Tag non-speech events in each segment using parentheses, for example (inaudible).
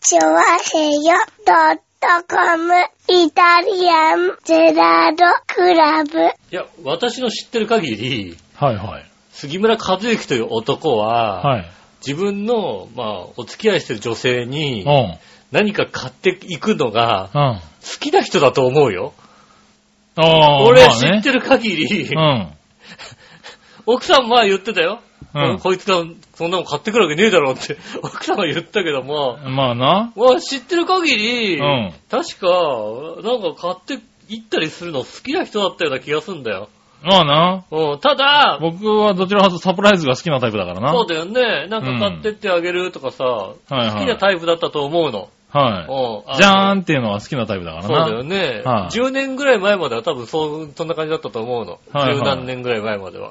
チョワヘヨドットコムイタリアンゼラードクラブ。いや、私の知ってる限り、はいはい。杉村和之という男は、はい。自分の、まあ、お付き合いしてる女性にう、ん。何か買っていくのがうん。あ好きな人だと思うよ。あー、俺まあ知ねってる限り、うん。奥さんは言ってたよ。うんこいつがそんなもん買ってくるわけねえだろうって、 (laughs) 奥さんは言ったけども、まあな。わ知ってる限り、うん確か、なんか買って行ったりするの好きな人だったような気がするんだよ。まあな。うん、ただ、僕はどちらかというとサプライズが好きなタイプだからな。そうだよね。なんか買ってってあげるとかさ、はいはい好きなタイプだったと思うの。はうんい。じゃーんんっていうのは好きなタイプだからそうだよな。ね、はい10年ぐらい前までは多分そう、そんな感じだったと思うの。十、はいはい何年ぐらい前までは。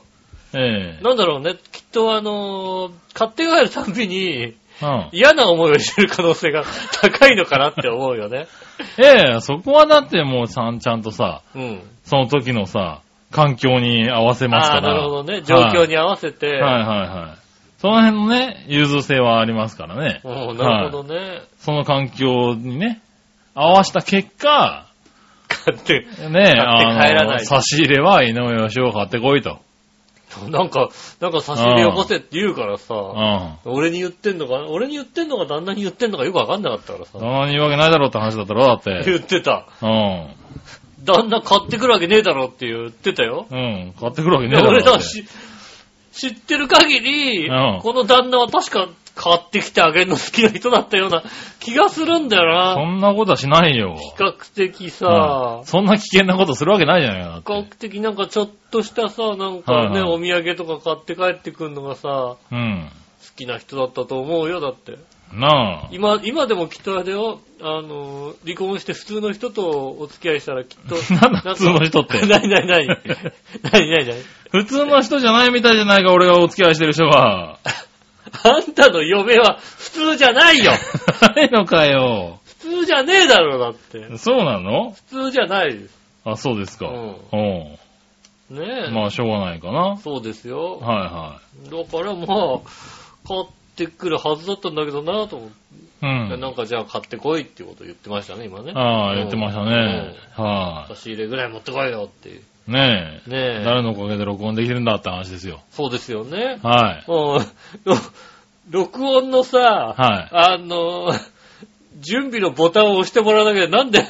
ええ。なんだろうね、きっとあのー買って帰るたんびにうん。嫌な思いをしてる可能性が高いのかなって思うよね。ええ、そこはだってもうさんちゃんとさ、うん。その時のさ、環境に合わせますあかあ、なら。るほどね。状況に合わせて。はいはいはい。その辺のね、融通性はありますからね。うんなるほどね。その環境にね、合わした結果、買って、ね、買って帰らないあの、差し入れは井上義雄を買ってこいと。なんか、なんか差し入れよこせって言うからさ。うん。俺に言ってんのかな俺に言ってんのか旦那に言ってんのかよくわかんなかったからそさ。んなに言うわけないだろうって話だったろ、だっ言 (laughs) て。ってた。うん。旦那買ってくるわけねえだろって言ってたよ。うん。買ってくるわけねえだろ。俺だっはてし知ってる限り、うんこの旦那は確か買ってきてあげるの好きな人だったような気がするんだそよな。んなことはしないよ。比較的さうん、そんな危険なことするわけないじゃないかだっ比較て。的なんかちょっとしたさ、なんかね、はいはいお土産とか買って帰ってくるのがさ、好うん。きな人だったと思うよ、だって。なあ。。今、今でもきっとあれよ、あの、離婚して普通の人とお付き合いしたらきっと (laughs) なんだか普通の人って (laughs) なになになになになになに普通の人じゃないみたいじゃないか、俺がお付き合いしてる人が。あんたの嫁は普通じゃない (laughs) よないのかよ。普通じゃねえだろ、だって。そうなの普通じゃないです。あ、そうですか。ううんん。ねえ。まあ、しょうがないかな。はいそうですよ。はだからまあ、買ってくるはずだったんだけどなと思って、い。うん。なんかじゃあ買ってこいってこと言ってましたね、今ね。ああ、言ってましたね。は差し入れぐらい持ってこいよっていう。い。ねえ。ねえ。誰のおかげで録音できるんだって話ですよ。そうですよね。はい。うん。録音のさ、はいあの、準備のボタンを押してもらわなきゃなんで、 (laughs)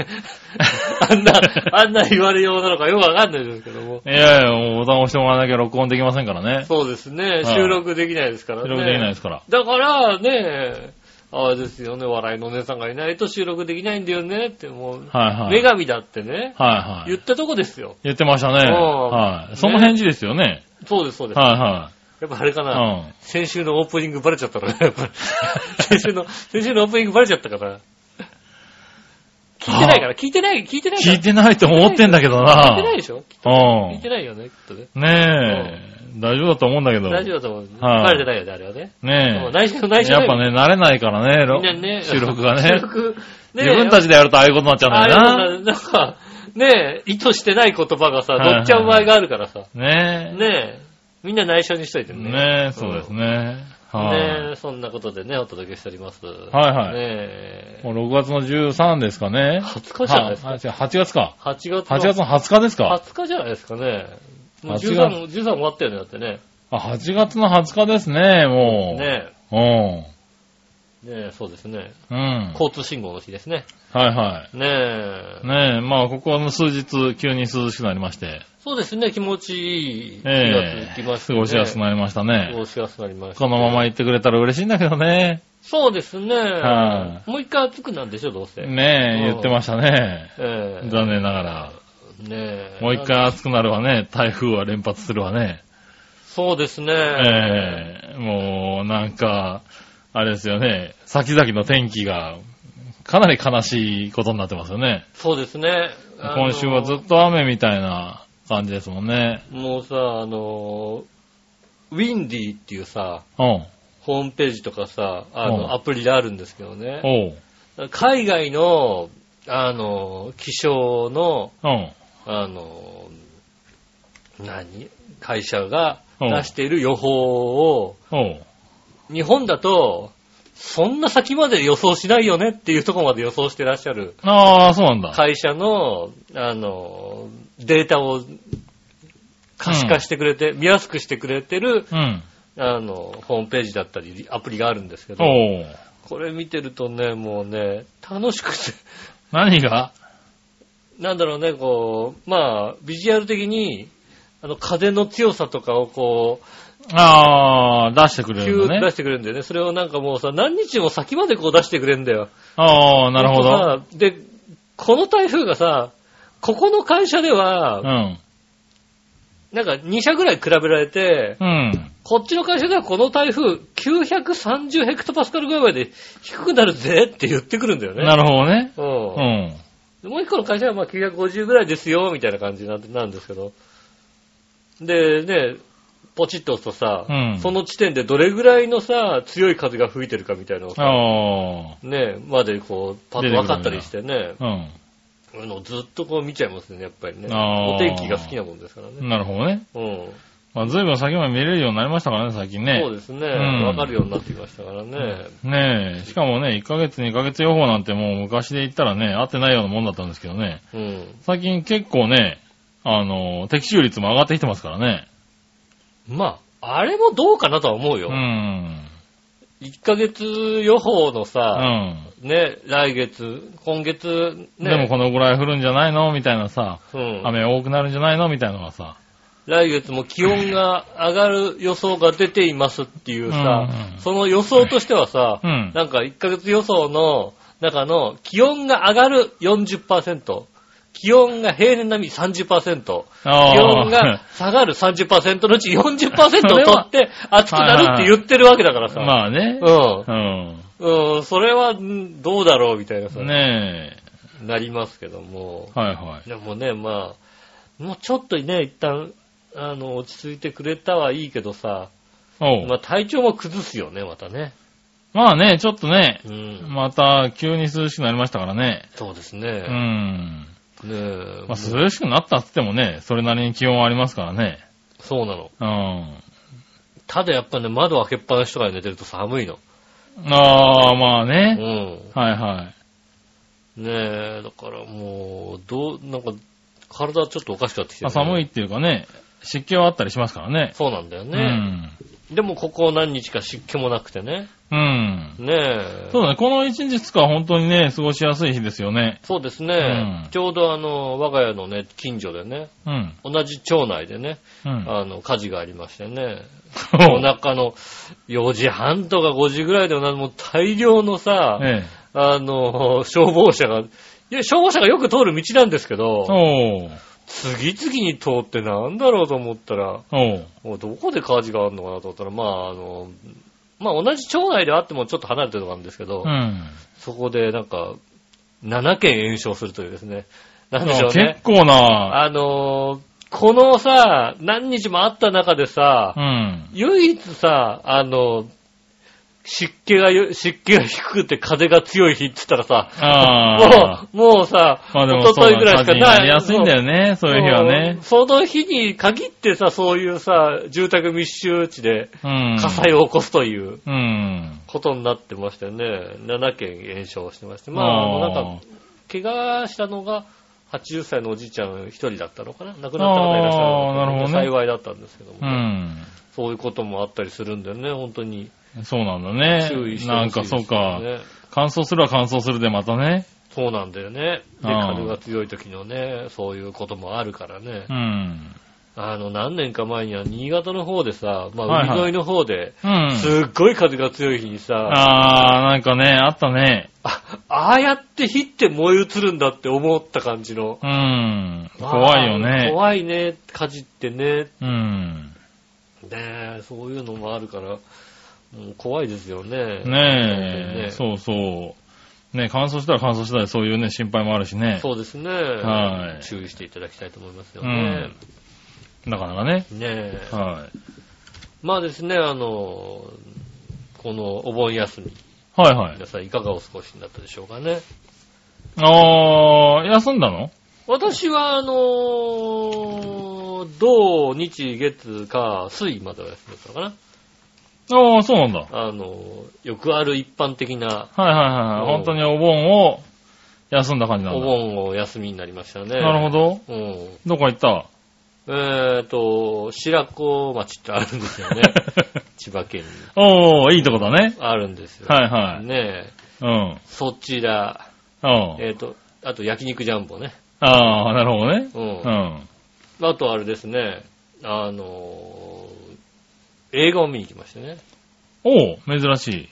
あんな、あんな言われようなのかよくわかんないですけども。いやいや、もうボタンを押してもらわなきゃ録音できませんからね。そうですね。はい収録できないですからね。収録できないですから。だからね、あれですよね、笑いのお姉さんがいないと収録できないんだよねって、もう、はいはい。女神だってね、はいは言いっ。たとこですよ。言ってましたね。うんはい。そのね返事ですよね。そうです、そうです。はやっぱあれかいな、はい。うん。先週のオープニングバレちゃったからね、やっぱり (laughs) 先週の、先週のオープニングバレちゃったから。聞いてないから、聞いてない、聞いてないから。聞いてないと思ってんだけ聞どいてないな。でしょ聞いてうないよね、きっとね。ん。ねえ。大丈夫だと思うんだけど。大丈夫だと思う。はいバレてないよね、あれはね。もうね内緒、え。内緒やだっぱよ。ね、慣れないからね、ろみんなね。収録がね収。録、ね自分たちちでやるとああいうことになっちゃうんああだよいうのなんか、ねえ、意図してない言葉がさ、はい乗っちゃう場合があるからさ。な。ねねえ、みんな内緒にしといてえ。ね。ねえ、そうですね。ねはえ、そんなことでね、お届けしております。はいはねいえい。、もう6月の13ですかね。 20日じゃないですかは違う8月か。 8月の8月の20日ですか。 20日じゃないですかね。もう8 13、13終わったよね、だってね。あ、8月の20日ですね、もう。ねえ、ねえ、そうですね。うん。うん。交通信号の日ですね。はいはねえい。、ねえ、まあ、ここは数日、急に涼しくなりまして、そうですね、気持ちいい日がえ続えきまして、過ごしやすくななりました過ね。ごしやすくなりました。このまま行ってくれたら嬉しいんだけどね。そうですね。はもう一回暑くなるでしょ、どうせ。ねえ、言ってましたね。ええ残念ながら。ねえ。もう一。回暑くなるわね。台風は連発するわね。そうですね。ええもう、なんか、あれですよね。先々の天気が、かなり悲しいことになってますよね。そうですね。あの今週はずっと雨みたいな感じですもんね。もうさ、あの、ウィンディーっていうさ、うん。ホームページとかさ、あうの、んアプリであるんですけどね。おう。海外の、あの、気象の、うん。あの、何会社がうん出している予報を、おう。日本だと、そんな先まで予想しないよねっていうところまで予想してらっしゃるああ、そうなんだ。会社の、あの、データを可視化してくれて、見やすくしてくれてる、うん。あの、ホームページだったり、アプリがあるんですけど、おー。これ見てるとね、もうね、楽しくて、 (laughs) 何がなんだろうね、こう、まあ、ビジュアル的に、あの、風の強さとかをこう、ああ、出してくれ急るのに出ね。してくれるんだよね。それをなんかもうさ、何日も先までこう出してくれるんだよ。ああ、なるほど。ど。で、この台風がさ、ここの会社でうは、ん。なんか2社ぐらい比べられて、うん。こっちの会社ではこの台風930ヘクトパスカルぐらいまで低くなるぜって言ってくるんだよね。なるほどね。ううんん。でもう一個の会社はまあ950ぐらいですよ、みたいな感じなんなんですけど。で、ね、ポチッと押すとさ、うんその地点でどれぐらいのさ、強い風が吹いてるかみたいなのをさあね、までこう、パッと分かったりしてね、あ、あのずっとこう見ちゃいますね、やっぱりね。あーお天気が好きなもんですからうね。ん。なるほどね。うん。まあ、随分先まで見れるようになりましたからね、最近ね。そうですね、ん分かるようになってきましたからね。ねえ、しかもね、1ヶ月、2ヶ月予報なんてもう昔で言ったらね、合ってないようなもんだったんですけどね。うん。最近結構ね、あの、的中率も上がってきてますからね。まあ、あれもどうかなとは思ううよ。ん。 1ヶ月予報のうさ、ん。ね、来月、今月、ね、でもこのぐらい降るんじゃないのみたいなさ、うん、雨多くなるんじゃないのみたいなのがさ。来月も気温が上がる予想が出ていますっていうさ、うんその予想としてはさ、うんなんか1ヶ月予想の中の気温が上がる40%、気温が平年並み30%、気あ温が下がる30%のうち40%を取って暑くなるって言ってるわけだからさ、 (laughs) まあね。うん。うん、うん、それはんどうだろうみたいなさ、ねなりますけども。え。はいはい。でもね、まあ、もうちょっとね、一旦、あの、落ち着いてくれたはいいけどさ、おうまあ体調も崩すよね、またね。まあね、ちょっとね、うん。また急に涼しくなりましたからね。そうですうね。ん。ねえ、まもうあ、涼しくなったっつってもね、それなりに気温はありますからね。そうなの。うん。ただやっぱね、窓開けっぱなしとかで寝てると寒いの。ああ、まあうね。ん。はいはい。ねえ、だからもう、どう、なんか、体ちょっとおかしくなってきてまあ、る、寒いい。っていうかね、湿気はあったりしますからね。そうなんだよね。でもここ何日か湿気もなくてね。うん。うん。ねえ。そうだね、この1日2日は本当にね、過ごしやすい日ですよね。そうですね。うんちょうどあの、我が家のね、近所でね、うん。同じ町内でね、うん。あの、火事がありましてね、おお腹の4時半とか5時ぐらいでもう大量のさ、ええ。あの、消防車が、いや、消防車がよく通る道なんですけど、おう。次々に通ってなんだろうと思ったら、おう。もうどこで火事があるのかなと思ったら、まあ、あの、まあ同じ町内ではあってもちょっと離れてるとこなんですけど、うん。そこでなんか、7件延焼するというですね、なんでしょうね結。構な、あのーこのさ、何日もあった中でさう、ん。唯一さ、あの、湿気がよ、湿気が低くて風が強い日って言ったらさ、ああ。もう、もうさ、まあでも一そう昨だ日ぐらいしかね、な。ないりやすいんだよね、そういう日はねもう。その日に限ってさ、そういうさ、住宅密集地でうん。火災を起こすといううん。ことになってましたよね。7件延焼してまして。まあ、あのなんか、怪我したのが、80歳のおじいちゃん一人だったのかな亡くなった方がいらっしゃあーなるるほどね幸いだったんですけども、うねん。そういうこともあったりするんだよね、本当に。そうなんだ注意ね。してほしいですよねなんかそうか。乾燥するは乾燥するでまたね。そうなんだよね。で、あー風が強い時のね、そういうこともあるからねう。ん。あの、何年か前には新潟の方でさ、まはあ、いはい海沿いの方で、うん。すっごい風が強い日にさ、あー、なんかね、あったね。あ、ああやって火って燃え移るんだって思った感じの。うん。怖いよあーね。怖いね、火事ってね。うん。ねえそういうのもあるから、もう怖いですよね。ねえ、そうそうそう。ね乾燥したら乾燥したらそういうね、心配もあるしね。そうですね。はい注意していただきたいと思いますよね。なかなかね。ねえ。はい。まあですね、あの、このお盆休み、はいはい。皆さんいかがお過ごしになったでしょうかね。あー、休んだの私は、あの、土、日、月、火、水までお休みだったのかな。ああ、そうなんだ。はいあの、よくある一般的なはいはうい。ん本当にお盆を休んだ感じなんだ。お盆を休みになりましたね。なるほど。ど。うん。どこ行ったえっ、と、白子町ってあるんですよ (laughs) ね。千葉県に。おー、いいとこだね。あるんですよ。はいはい。ねえ、うん。そちら、うん。えっ、と、あと焼肉ジャンボね。ああ、なるほどね。うんう。ん。あとあれですね、あのー映画を見に行きましたね。おー、珍しい。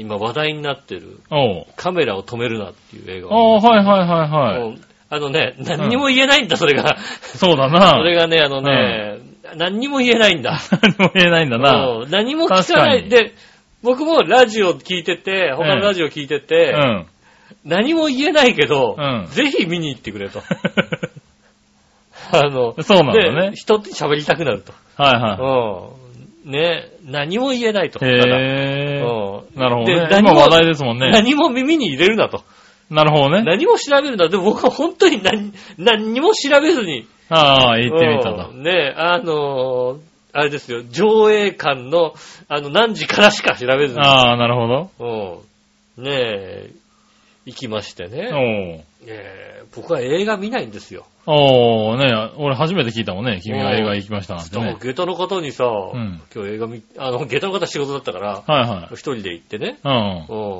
今話題になってる、おー。カメラを止めるなっていう映画ああ、を見はいはいはいはい。に行きましたうんあのね、何にも言えないんだ、それが。そうだな。それがね、あのね、何にも言えないんだ。何も言えないんだな。うん何も聞かな確かい。にで、僕もラジオ聞いてて、他のラジオ聞いてうて、ん。 (laughs) 何も言えないけど、うんぜひ見に行ってくれ (laughs) と。あの、そうなんだねで、人って喋りたくなると。はいはうん。ね、何も言えないと。い。へー。うんなるほどねで。何今も話題ですもんね。何も耳に入れるなと。なるほどね。何も調べるな。で、僕は本当に何、何にも調べずに。ああ、行ってみたうと。んね、あのーあれですよ、上映館の、あの、何時からしか調べずに。ああ、なるほど。うん。ねえ、行きましてね。おー。えー僕は映画見ないんですよ。おー、ね俺初めて聞いたもんね。君が映画行きましたなんてでもね。下駄の方にさ、ん今日映画見、あの、下駄の方仕事だったから、はいはい一人で行ってね、。うん。う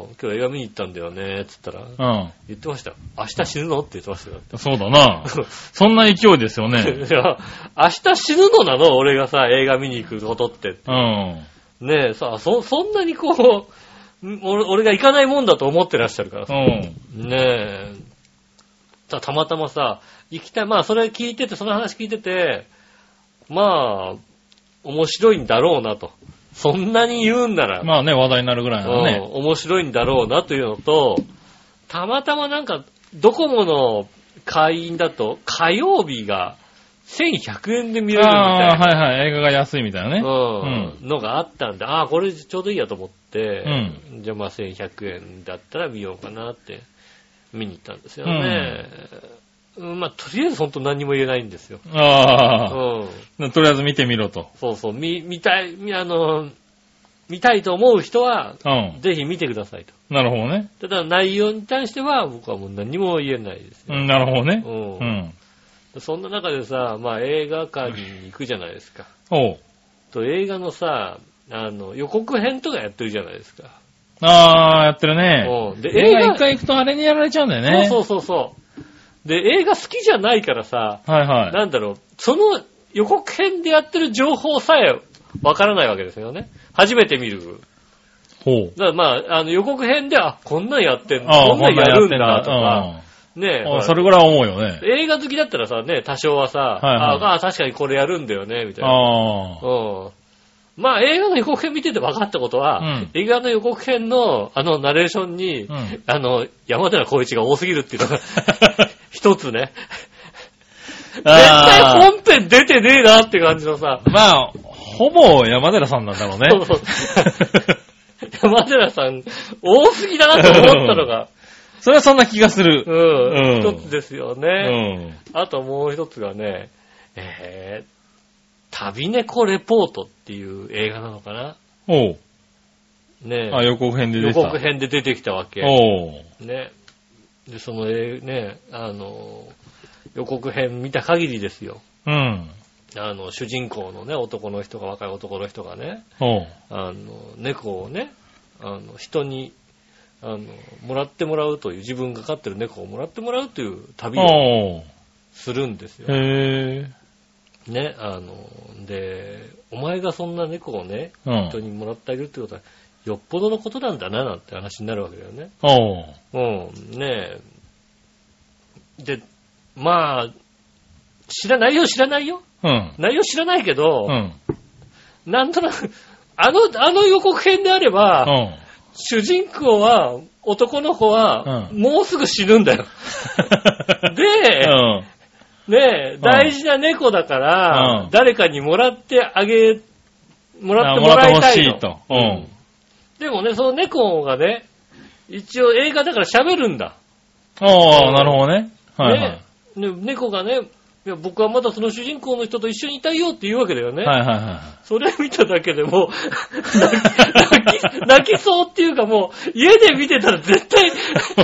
ん今日映画見に行ったんだよね、つったら、うん。言ってましたよ。明日死ぬのって言ってましたよ。そうだな。そんな勢いですよね。 (laughs) いや明日死ぬのなの俺がさ、映画見に行くことって。うん。ねえ、さ、そ、そんなにこう、ん俺俺が行かないもんだと思ってらっしゃるからうさ。ん。ねえ。たたまたまさ、行きたい。まあ、それ聞いてて、その話聞いてて、まあ、面白いんだろうなと。そんなに言うんなら、まあね、話題になるぐらいのうんね。面白いんだろうなというのと、たまたまなんか、ドコモの会員だと、火曜日が1100円で見れるみたいああ、な、はいはい。映画が安いみたいなね。うんのがあったんで、ああ、これちょうどいいやと思って、じゃあまあ1100円だったら見ようかなって見に行ったんですよね。うんまあ、とりあえず本当何も言えないんですよ。うあん、あ、とりあえず見てみろと。そうそう、見、見たい、みあの、見たいと思う人は、うん。ぜひ見てくださいと。なるほどね。ただ内容に対しては僕はもう何も言えないですうよ。ん、なるほどね。うんうん。そんな中でさ、まあ映画館に行くじゃないですか。おう。と映画のさ、あの、予告編とかやってるじゃないですか。ああ、やってるね。うんで、映映画画一、回行くとあれにやられちゃうんだよね。そうそうそうそう。で、映画好きじゃないからさ、はいはい。なんだろう、その予告編でやってる情報さえわからないわけですよね。初めて見る。ほう。だからまあ、あの予告編で、あ、こんなんやってんの、ああ、こんこなんんなやんやるっんてんだだ。とか、ねえ、うんほあらそれぐらい思うよね。映画好きだったらさ、ね、多少はさ、いはいああ、確かにこれやるんだよね、みたいな。ああ。うんまあ映画の予告編見てて分かったことは、うん映画の予告編のあのナレーションに、うんあの、山寺宏一が多すぎるっていうの (laughs) が、一つね。絶絶対本編出てねえなって感じのさ、まあ、ほぼ山寺さんなんだろうね。そうそう山寺さん多すぎだなと思ったのが、それはそんな気がする。うん、 (laughs) う一んつですようね。ん。あともう一つがね、えー、旅猫レポートっていう映画なのかなおう。ねえあ、予告編で出予てた。告編で出てきたわけ。おう。ね。で、その、えーね、あの、予告編見た限りですよ。うん。あの、主人公のね、男の人が、若い男の人がね、おう。あの、猫をね、あの、人に、あの、もらってもらうという、自分が飼ってる猫をもらってもらうという旅をおう。するんですよ。へえ。ね、あの、で、お前がそんな猫をね、うん人。にもらってあげるってことは、よっぽどのことなんだな、なんて話になるわけだよね。おう。うん、ねえ。で、まあ、知らないよ、知らないよ。うん。内容知らないけどう、ん。なんとなく、あの、あの予告編であれば、うん。主人公は、男の子は、うもうすぐ死ぬんだ (laughs) よ。う (laughs) で、ん。ねえ、ん大事な猫だから、うん誰かにもらってあげ、もらってももららっいてほたしいの。いと。うん。でもね、その猫がね、一応映画だから喋るんだ。おう、なるほどね。はいはい。ね、ね猫がね、いや、僕はまだその主人公の人と一緒にいたいよって言うわけだよね。はいはいはそれ見ただけでもう、泣き、泣き泣きそうっていうかもう、家で見てたら絶対、い。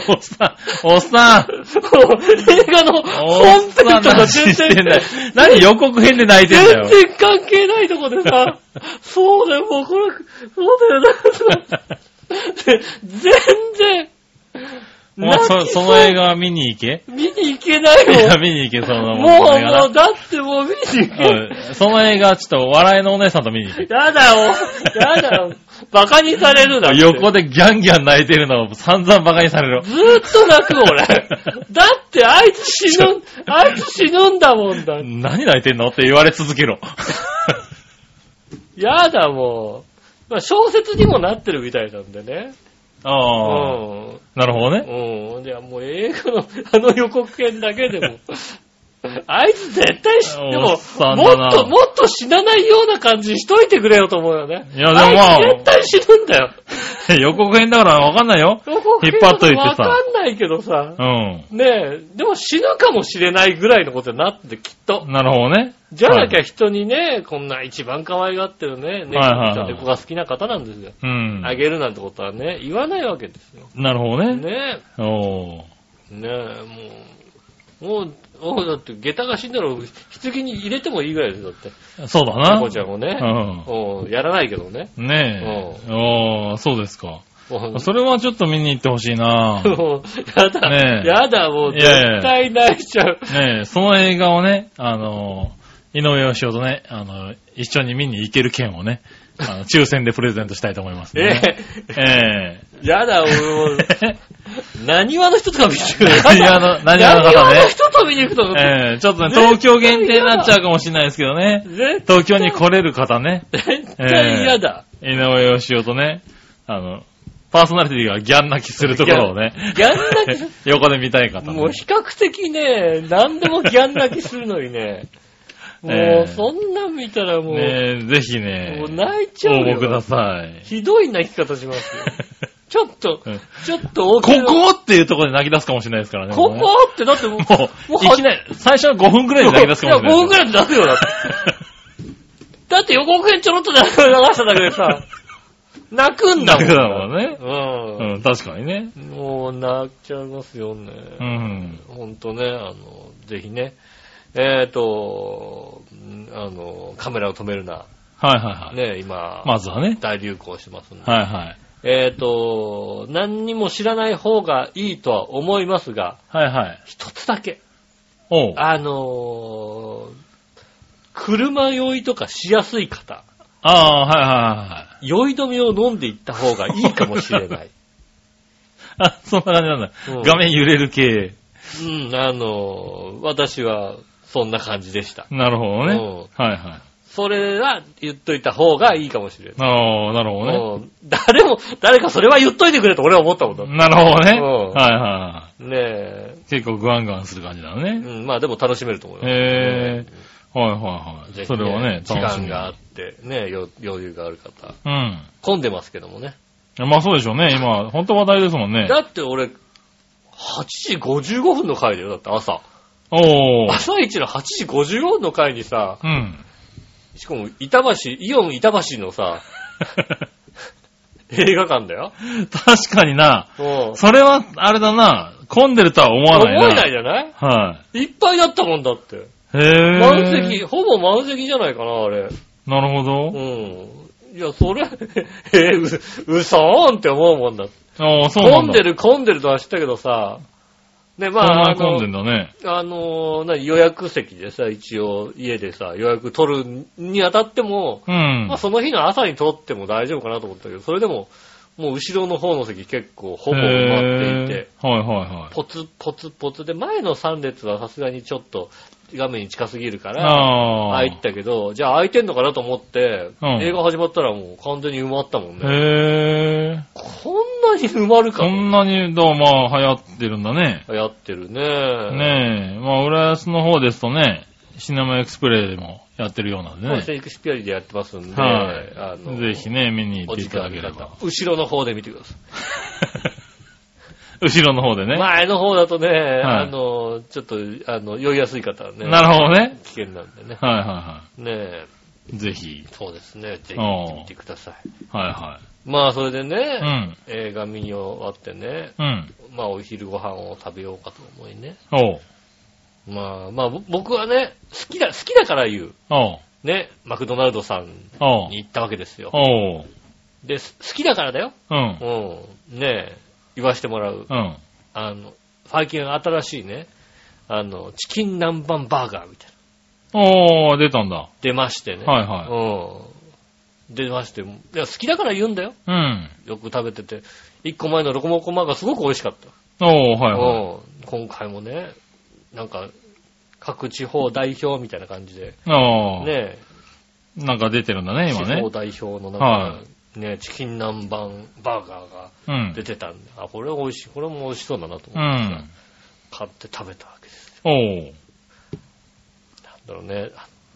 おっさん、おっさん、もう映画のお本っさ編んとか全何してんだよ然、。何予告編で泣いてんだ全よ。然関係ないとこで (laughs) さ、そうだよ、もうこれ、そうだよな、で全然、お前そその映画は見に行け見に行けないいや、もん。見に行け、そものう、その映画なもう、だってもう見に行けない。うんその映画はちょっと笑いのお姉さんと見に行け。やだよ、やだよ、バカにされるだって横でギャンギャン泣いてるのを散々馬鹿にされる。ずーっと泣く、 (laughs) 俺。だって、あいつ死ぬ、あいつ死ぬんだもんだ。何泣いてんのって言われ続けろ。やだ、もう。まあ、小説にもなってるみたいなんでね。うああ、ん。なるほどね。 (laughs) うん。いや、もう映画の、あの予告編だけで (laughs) も。あいつ絶対死、でおもっさ、んだもなっと、もっと死なないような感じにしといてくれよと思うよね。いやでもまああいつ絶対死ぬんだよ。予告編だからわかんないよ。予告編 (laughs) 引っ張っといてさわかんないけどさう。ん。ねえ、でも死ぬかもしれないぐらいのことになっててきっと。なるほどね。じゃなきはゃい人にね、こんな一番可愛がってるね、猫はいはいはい猫が好きな方なんですよ。うん。あげるなんてことはね、言わないわけですよ。なるほどね。ねおーえ、ねえ、もう、もう、もうだって、下駄が死んだら、棺に入れてもいいぐらいですよ、だって。そうだな。猫ちゃんをね、うんやらないけどね。うん。ねえ。おーそうですか。もうそれはちょっと見に行ってほし (laughs) いな。もうやだ、ねえやだ、もう、いやいや絶対泣いちゃう。ねえ、その映画をね、あの、井上義雄とね、あの、一緒に見に行ける券をね、(laughs) あの、抽選でプレゼントしたいと思いますえね。ええ。え、やだ、俺もう、何話の人とか見てくれ。 (laughs) 何話の何話の方何ね話の人と見に行くと、ええ、ちょっとね、東京限定になっちゃうかもしれないですけどね。絶対東京に来れる方ね、絶対嫌だ。井上義雄とね、あの、パーソナリティがギャン泣きするところをね、 (laughs) ギャン泣横で見たい方、ね。もう比較的ね、何でもギャン泣きするのにね、もえうえそんなん見たらもう、ねえ、ぜひね、もう泣いちゃう応募よ。ください。 (laughs) ひどい泣き方しますよ。ちょっとうん、ちょっと大こきなこっていうところで泣き出すかもしれないですからね。こもうねこってだってもう、もう、いきなり、最初の5分くらいもでう泣き出すかもしれなや、い5分くらいで泣くよ、だって。だって予告編ちょろっと流しただけで (laughs) さ、泣くんだもん。泣くだもんねうん。うん、確かにね。もう泣っちゃいますよね。うん。ほんとね、あの、ぜひね、えっ、と、んあの、カメラを止めるな。はいはいはい。ね、今、まずはね。大流行してますんで。はいはい。えっ、と、何にも知らない方がいいとは思いますが、はいはい。一つだけ、おう。あのー車酔いとかしやすい方、ああ、はいはいはいはい。酔い止めを飲んでいった方がいいかもしれ (laughs) ない。あ、そんな感じなんだうん。画面揺れる系。うん、あのー私はそんな感じでした。なるほどねおう。はいはい。それは言っといた方がいいかもしれない。ああ、なるほどね。うん誰も、誰かそれは言っといてくれと俺は思ったもんだ。ねなるほどね。おうはいはえ。い。結構グワングワンする感じだうね。ん、まあでも楽しめると思います。へえ。はいはいはぜい。ひそれはね、時楽しみ間があって、ね、よ余裕がある方。うん。混んでますけどもね。まあそうでしょうね。今、本当話題ですもんね。だって俺、8時55分の回だよ、だって朝。おー。朝一の8時55分の回にさ、うん。 (laughs) しかも板橋、イオン板橋のさ、映画館だよ。確かにな。うん。それは、あれだな。混んでるとは思わ思ないな。えないじゃないはいっぱいだったもんだって。い。へぇー。満席、ほぼ満席じゃないかな、あれ。なるほうど。ん。いや、それ、 (laughs) えう、うそーんって思うもんだ。ああ、そうなんだ。混んでる、混んでるとは知ったけどさ、ね、まそんあ、なあに混んでんの、だね。あの、な予約席でさ、一応家でさ、予約取るにあたっても、うんまあ。その日の朝に取っても大丈夫かなと思ったけど、それでも、もう後ろの方の席結構ほぼ埋まっていてへ、ーはいはいはい。ポツポツポツで、前の3列はさすがにちょっと画面に近すぎるから、ああ。入ったけど、じゃあ空いてんのかなと思って、うん映画始まったらもう完全に埋まったもんね。へぇー。こんなに埋まるかそんなに、どうも、流行ってるんだね。やってるね。ねえ。まあ、浦安の方ですとね、シネマエクスプレイでもやってるようなんでそうですね。ね、エクスピアリでやってますんで、はいあのぜひね、見に行おってい時た間あだけるれ方ばは。後ろの方で見てくださ後ろの方でね。前の方だとね、あの、ちょっと、あの、酔いやすい方はね、 (laughs) なるほどね。危険なんでね。はいはいはねえ、い。ぜひ。そうですね、ぜひおう行ってみてください。はいはまあ、それでい。うね、ん。映画見終わってね、うん。まあ、お昼ご飯を食べようかと思いね。おう。まあ、まあ、ぼ僕はね、好きだ、好きだから言う。おう。ね、マクドナルドさんおう。に行ったわけですよ。おう。で、す好きだからだよ。うん。うん。ねえ、言わしてもらう。うん。あの、最近新しいね、あの、チキン南蛮バーガーみたいな。おー、出たんだ。出ましてね。はいはうん。出まして、いや、好きだから言うんだよ。い。うん。よく食べてて。一個前のロコモコマンがすごく美味しかった。おー、はいはうん。今回もね、なんか、各地方代表みたいな感じで、い。おー。ねなんか出てるんだえ、ね、今地方ね。代表の中はでね、チキン南蛮バーガーがうん出。てたんで、あ、これ美味しい、これも美味しそうだなとう思ってさん。買って食べたわけです。おー。なんだろうね、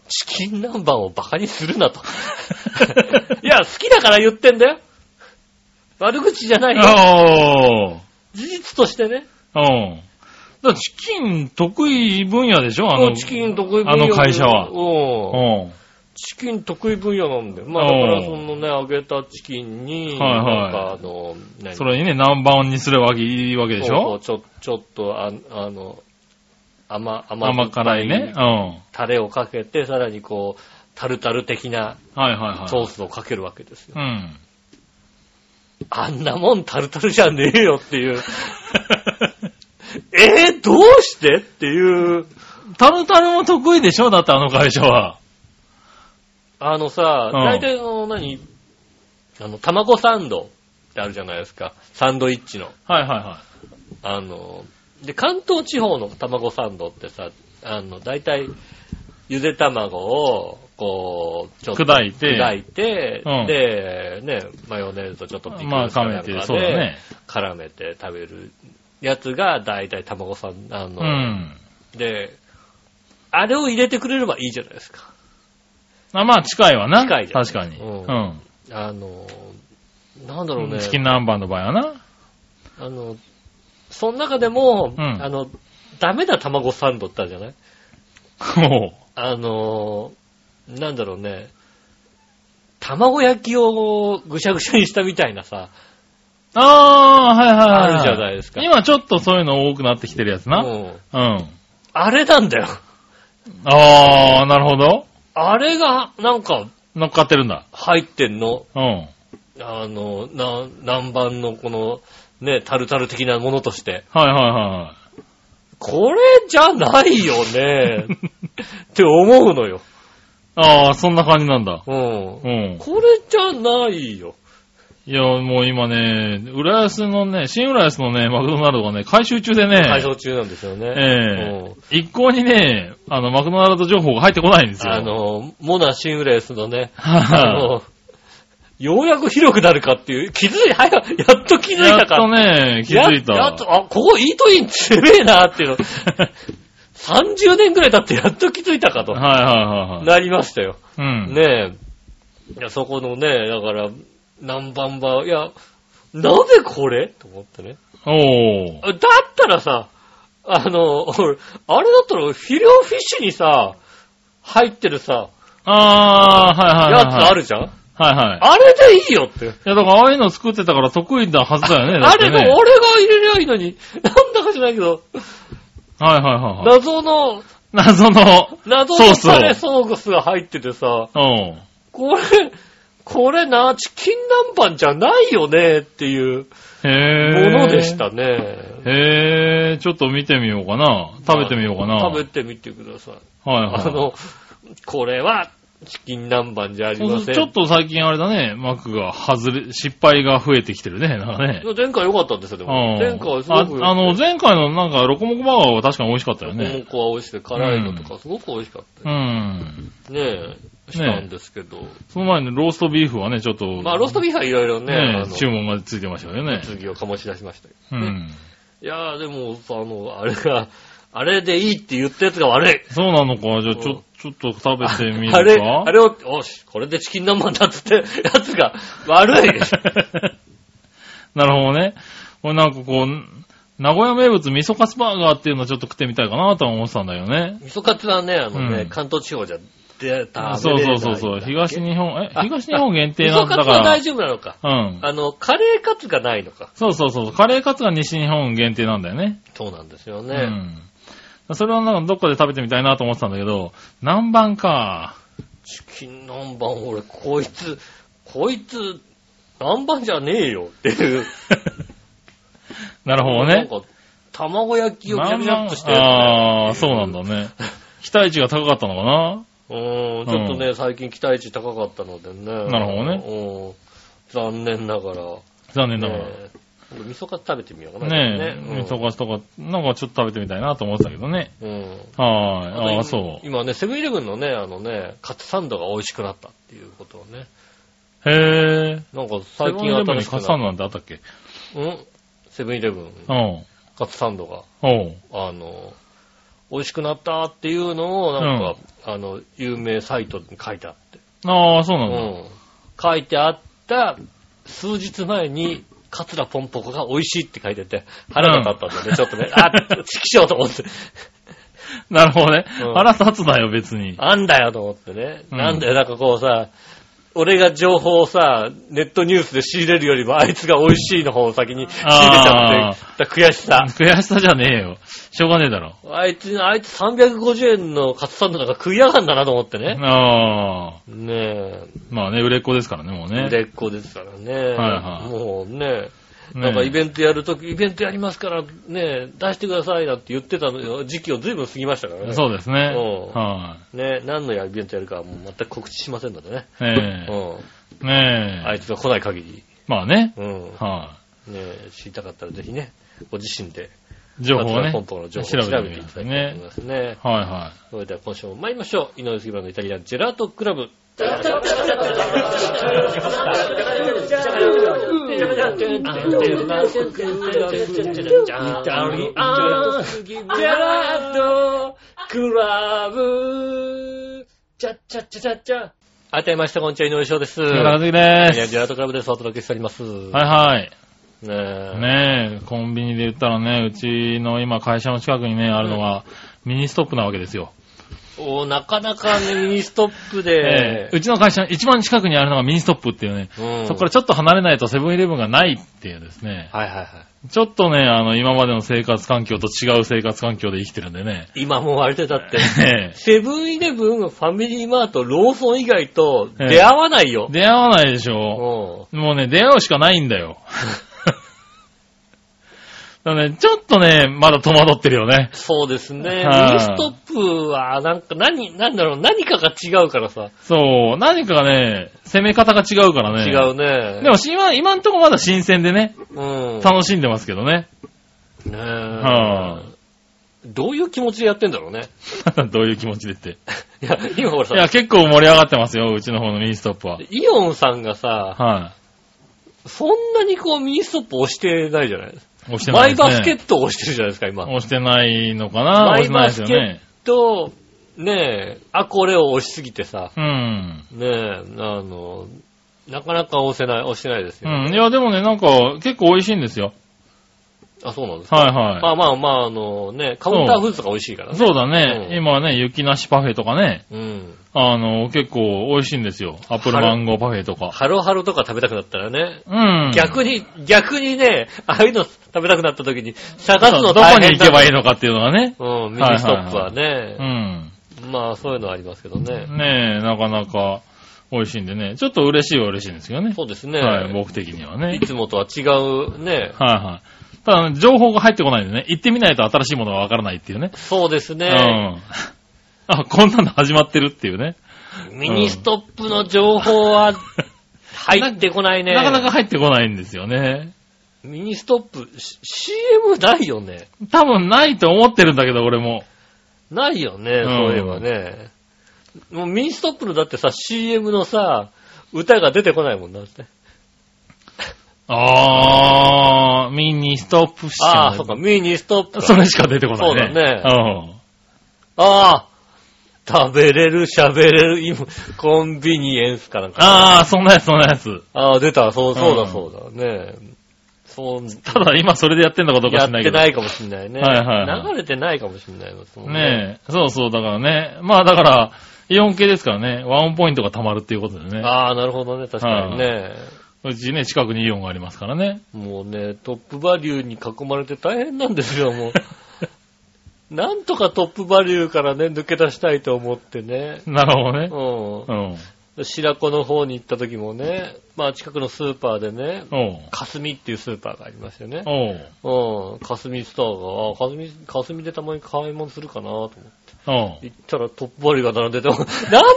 チキン南蛮をバカにするなと。 (laughs) いや、好きだから言ってんだよ。悪口じゃないよ。おー。事実としてね。おう。だからチキン得意分野でしょあもうの。チキン得意分野。あの会社はうん。おう。チキン得意分野なんだよ。まあだからおーそのね、揚げたチキンに、はいはいなんかあの、何それにね、南蛮にすればいいわけでしそょうそうちょちょっとあ、あの、甘、甘甘辛いね。うん。タレをかけて、さらにこう、タルタル的なはいはいはい。ソースをかけるわけですよ。うん。あんなもんタルタルじゃねえよって (laughs) いう。えー、どうしてっていう。タルタルも得意でしょだってあの会社は。あのさ、うん大体の何、あの、卵サンドってあるじゃないですか。サンドイッチの。はいはいはあの、で、関東地方の卵サンドってさ、あの、大体、ゆで卵を、こう、ちょっと砕いて砕いて、うんで、ね、マヨネーズとちょっとピクい。ルスまあ、か噛なめんかでて、そうだね。絡めて食べるやつが、大体卵サンド、あの、うん。で、あれを入れてくれればいいじゃないですか。あまあ、近いわな。近いじゃん確かに。ううんん。あの、なんだろうね。チキン南蛮の場合はな。 (laughs) あの、その中でも、うんあの、ダメな卵サンドってあるじゃないもあのー、なんだろうね、卵焼きをぐしゃぐしゃにしたみたいなさ、う。ああ、はいはいはい。あるじゃないですか今ちょっとそういうの多くなってきてるやつな。うん。うんああれなんだよ。あー、なるほど。あれが、なんか、乗っかってるんだ。入ってんの。うん。あの、な、南蛮のこの、ね、タルタル的なものとして。はいはいはこれじゃないよ (laughs) ね。って思うのよ。い。ああ、そんな感じなんだ。うんう。ん。これじゃないよ。いや、もう今ね、浦安のね、新浦安のね、マクドナルドがね、改修中でね、配送中なんですよね。ええうん一向にね、あの、マクドナルド情報が入ってこないんですよ。あの、モナシンウレースのね、あはのようやく広くなるかっていう、気づい、早く、やっと気い、づいやたっか。とね、気づいた。ややっと、あ、ここイートイン強えなって (laughs) いうの。30年ぐらい経ってやっと気づいたかと、はいはいはいはい。なりましたよ。うん。ねえ。いや、そこのね、だから、何番場、いや、なぜこれと思ってね。おー。だったらさ、あの、俺あれだったら、フィレオフィッシュにさ、入ってるさ、あー、はいはいやはい、つはい。あるじゃんはいはい。あれでいいよって。いや、だからああいうの作ってたから得意なはずだよね。だあっれてねが、俺が入れりゃいいのに、なんだか知らないけど、はいはいはいはい。謎の、謎の、謎ソのースをタレソースが入っててさ、うん。これ、これな、チキン南蛮じゃないよねっていうもへー。のでし。たね。へー、ちょっと見てみようかな。食べてみようかな。食べてみてください。はいはい。あの、これはチキン南蛮じゃありません。ちょっと最近あれだね、マックが外れ、失敗が増えてきてるね、なんかね。前回良かったんですよ、でうんも。前回はすごく良くて。ああの、前回のなんか、ロコモコバーガーは確かに美味しかったよね、ね。こは美味しくて、辛いのとかすごく美味しかったうよん。ね。え、したんですけど。その前にローストビーフはね、ちょっと。まあ、ローストビーフはいろいろね、あねの、注文がついてましたよね。次を醸し出しましたけどうね。ん。いやー、でも、あの、あれが、 (laughs) あれでいいって言ったやつが悪い。そうなのか、じゃあ、うちんょ、ちょっと食べてみるか。あれ、あれを、おし、これでチキン南蛮だっつって、やつが悪い。 (laughs) なるほどね。これなんかこう、名古屋名物味噌カツバーガーっていうのをちょっと食ってみたいかなとは思ってたんだよね。味噌カツはね、あのね、うん関東地方じゃ出た。そうそうそうそう。食べれないんだっけ東日本、えあ、東日本限定味な噌んカだツかはら大。丈夫なのか。うん。あの、カレーカツがないのか。そうそうそう。カレーカツが西日本限定なんだよね。そうなんですようね。ん。それはなんかどっかで食べてみたいなと思ってたんだけど、南蛮 (laughs) か。チキン南蛮、俺、こいつ、こいつ、南蛮じゃねえよっていう。なるほどなんね。か、卵焼きをキャ南ビャッとし蛮、たやつだよああー、そうなんだね。期待値が高かったのかなうーん、ちょっとね、最近期待値高かったのでね。なるほどねね。残念ながら。残念ながねら。え味噌カツ食べてみようかな。ねえ、味噌カカツとか、なんかちょっと食べてみたいなと思ってたけどね。ツ。うん。はーい。ああ今ー、そう。今ね、セブンイレブンのね、あのね、カツサンドが美味しくなったっていうことをね。へえ。なんかセ最ブン近イレブン新にしくなカっツサたンドなんてあったっけうんセブンイレブン、うん。カツサンドが、おう。あの、美味しくなったっていうのを、なんか、あの、有名サイトに書いてあって。ああ、そううなんだ。ん。書いてあった、数日前に、カツラポンポコが美味しいって書いてて、腹が立ったんだね、ちょっとね。あ、チキショーと思って。なるほどね。うん腹立つなよ、別に。あんだよと思ってね。うんなんだよ、なんかこうさ、俺が情報をさ、ネットニュースで仕入れるよりも、あいつが美味しいの方を先に仕入れちゃって、だから悔しさ。悔しさじゃねえよ。しょうがねえだろ。あいつ、あいつ350円のカツサンドなんか食いやがんだなと思ってね。ああ。ねまあね、売れっ子ですからね、もうえ、ね。売っ子ですからね。はいもうね、ねなんかイベントやるとき、イベントやりますからね、出してくださいなんて言ってたのよ時期を随分過ぎましたからね。そうですね。うんはね何のイベントやるかはもう全く告知しませんのでね。い。ねうえ。ん。ねえ。あいつが来ない限り。まあね。うん。はねえ知りたかったらぜひね、ご自身で、い。情報を松田ね。ポンポコの情報を調べていただきたいと思いね。ますね。はいはそれでは今週も参りましょう。井上杉村のイタリアンジェラートクラブ。あたりましてこんにちは、井上翔です。い。イ中タ野杉でリアンす。ジェラートクラブです。お届けしております。ねはいはえい。ねえ、コンビニで言ったらね、うちの今会社の近くにね、あるのが、ミニストップなわけですよ。おなかなかミニストップえでえ、うちの会社の一番近くにあるのがミニストップっていうね、うんそこからちょっと離れないとセブンイレブンがないっていうですね、はいはいはい。ちょっとね、あの、今までの生活環境と違う生活環境で生きてるんでね、今もうあれでだって、ええセブンイレブン、ファミリーマート、ローソン以外と出会わないよ。出会わないでしょ。うもうね、出会うしかないんだよ。 (laughs) だからね、ちょっとね、まだ戸惑ってるよねん。そうですね。はいミニストップは、なんか、何、なんだろう、何かが違うからさ。そう、何かがね、攻め方が違うからね。違うね。でも、今、今んとこまだ新鮮でね、うん。楽しんでますけどね。 (laughs) ねえはどういう気持ちでやってんだろうね。どういう気持ちでって。いや、今ほらいや、さ、結構盛り上がってますよ、うちの方のミニストップは。イオンさんがさ、はそんなにこうミニストップ押してないじゃないい。押してなマいイですバね。スケットを押してるじゃないですか、今。押してないのかなマ押イしてないバですスよケね。ット、ねえ、あ、これを押しすぎてさ、うん。ねえ、あの、なかなか押せない、押してないですよ、うん。いや、でもね、なんか、結構美味しいんですよ。あ、そうなんですか。はいはい。まあまあまあ、あのね、カウンターフーズが美味しいからね。そうだね。うん今はね、雪なしパフェとかね、うん。あの、結構美味しいんですよ。アップルマンゴーパフェとか。ハロハロとか食べたくなったらね、うん。逆に、逆にね、ああいうの食べたくなった時に探すそうのどこ大に変行だけばいいのかっていうのがね。うん、ミニストップはね、うん。まあそういうのはありますけどね。ねえ、なかなか美味しいんでね。ちょっと嬉しいは嬉しいんですけどね。そうですね。はい、僕的にはねい。つもとは違うね、はいはい。ただ、情報が入ってこないんでね、行ってみないと新しいものがわからないっていうね。そうですうね。ん。あ、こんなの始まってるっていうね。ミニストップの情報は入ってこないね。なかなか入ってこないんですよね。ミニストップ、し CM ないよね。多分ないと思ってるんだけど、俺も。ないよね、んそういえばね。もうミニストップのだってさ、CM のさ、歌が出てこないもんなって。あー、ミニストップしああ、そうか、ミニストップだ。それしか出てこないそね。うだああ、食べれる、喋れる、今、コンビニエンスかなんうん。か。あー、そんなやつ、そんなやつ。ああ、出た、そう、そううだ、んそうだ、ねえ。そう、ただ今それでやってんのかどうかや知っんないてけど。ないかもしれないね。はいはいはい流れてないかもしれないですもんね。ねえ。そうそう、だからね。まあだから、イオン系ですからね、ワンポイントが貯まるっていうことでね。ああ、なるほどね、確かにね。うちね、近くにイオンがありますからね。もうね、トップバリューに囲まれて大変なんですよ、もう。 (laughs) なんとかトップバリューからね、抜け出したいと思ってね。なるほどね。う。うんん。白子の方に行った時もね、まあ近くのスーパーでね、おう。霞っていうスーパーがありますよね。おう。うん。霞スターが、あ、霞、霞でたまに買い物するかなと思って。おう。行ったらトップバリューが並んでて、 (laughs) なん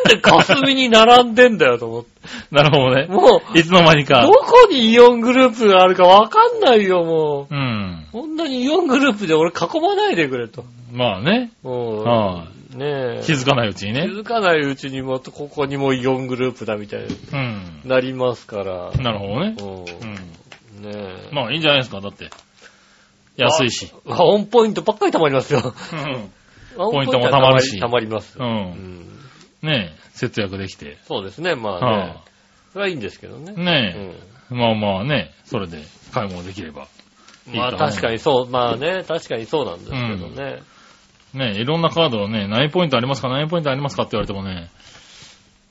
で霞に並んでんだよと思って。なるほどね。もう、いつの間にかど。こにイオングループがあるかわかんないよ、もう。うん。こんなにイオングループで俺囲まないでくれと。まあね。うん。はねえ。い。気づかないうちに気ね。づかないうちにもっとここにもイオングループだみたいにうん。なりますから。なるほどね。うん。うん。ねえ。まあいいんじゃないですか、だって。安いし。あ。オンポイントばっかり溜まりますよ。うん。ポイントも溜まるし溜まります。う。うんん。ねえ、節約できて。そうですね、まあねは。それはいいんですけどね。い。うねん。え。まあまあね、それで買い物できれば。いいまあと思う確かにそう、まあね、確かにそうなんですけどね。ねえ、いろんなカードをね、何ポイントありますか、何ポイントありますかって言われてもね、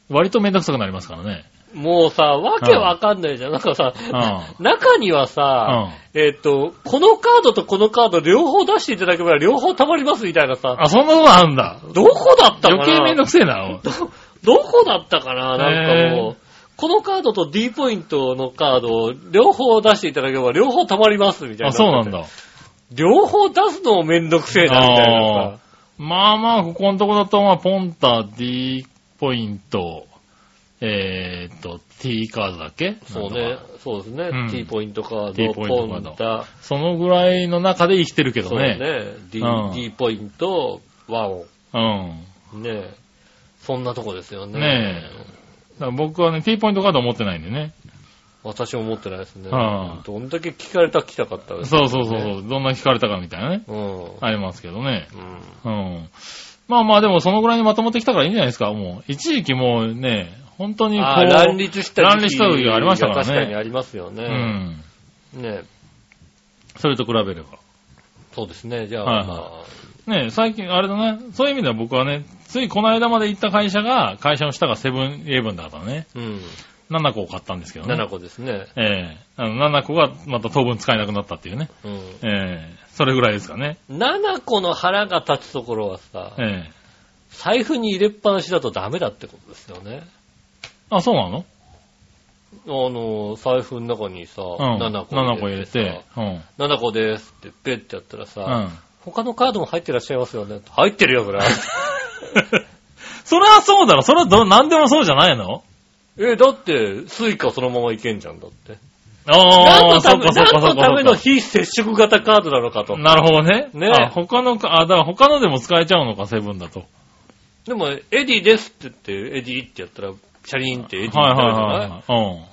割とめんどくさくなりますからね。もうさ、わけわかんないじゃん。なんかさ、う中にはん。うさ、ん。えっと、このカードとこのカード両方出していただければ両方溜まりますみたいなさ、あ、そんなことあるんだ。どこだったかな余計めんどくせえな、おいど、 (laughs) どこだったかななんかもへう、このカードと D ポイントのカードを両方出していただければ両方溜まりますみたいな。あ、そうなん。だ。両方出すのもめんどくせえなみたいなさ。まあまあ、ここのとこだと、まあ、ポンタ、D ポイント、えーっと、T カードだっけそうなんねとか。そうですねう。ん T ポイントカー T ド、ポイントカポーンドタ、そのぐらいの中で生きてるけそどうね。ね。D うん D ポイント、ワオ。うん。ねえ。そんなとこですよね。ねだから僕はね、T ポイントカード持ってないんでね。私も持ってないですねうん。どんだけ聞かれた、来たかったですそうそうそうねそう、どんな聞かれたかみたいなね。うん。ありますけどね。うん。うん。まあまあ、でもそのぐらいにまとまってきたからいいんじゃないですか、もう。一時期もうね、本当にこう。あー乱立した乱立した時がありましたからね確かにありますようね。ん。ねそれと比べれば。そうですね。じゃあ、はいはいまねえ、最近、あれだね、そういう意味では僕はね、ついこの間まで行った会社が、会社の下がセブンイレブンだからね、あ、うん。 7個を買ったんですけどね。 7個ですね。ええあの、7個がまた当分使えなくなったっていうね。うん。ええそれぐらいですかね。 7個の腹が立つところはさ、ええ財布に入れっぱなしだとダメだってことですよね。あ、そうなのあの、財布の中にさ、うん。 7個7個入れて。うん。さ、7個ですってペッてやったらさ、うん。他のカードも入ってらっしゃいますよね。入ってるよ、そ (laughs) れ。それはそうだろ。それはど、なんでもそうじゃないのえ、だって、スイカそのままいけんじゃんだって。何あのあ、そたっめ、かそっ何かそのっかそたっめかの非接触型カードなのかと。なるほどね。ねあ、他のか、あ、だから他のでも使えちゃうのか、セブンだと。でも、エディですって言って、エディってやったら、シャリンってエディってはいなるじゃはないい,、はいはい。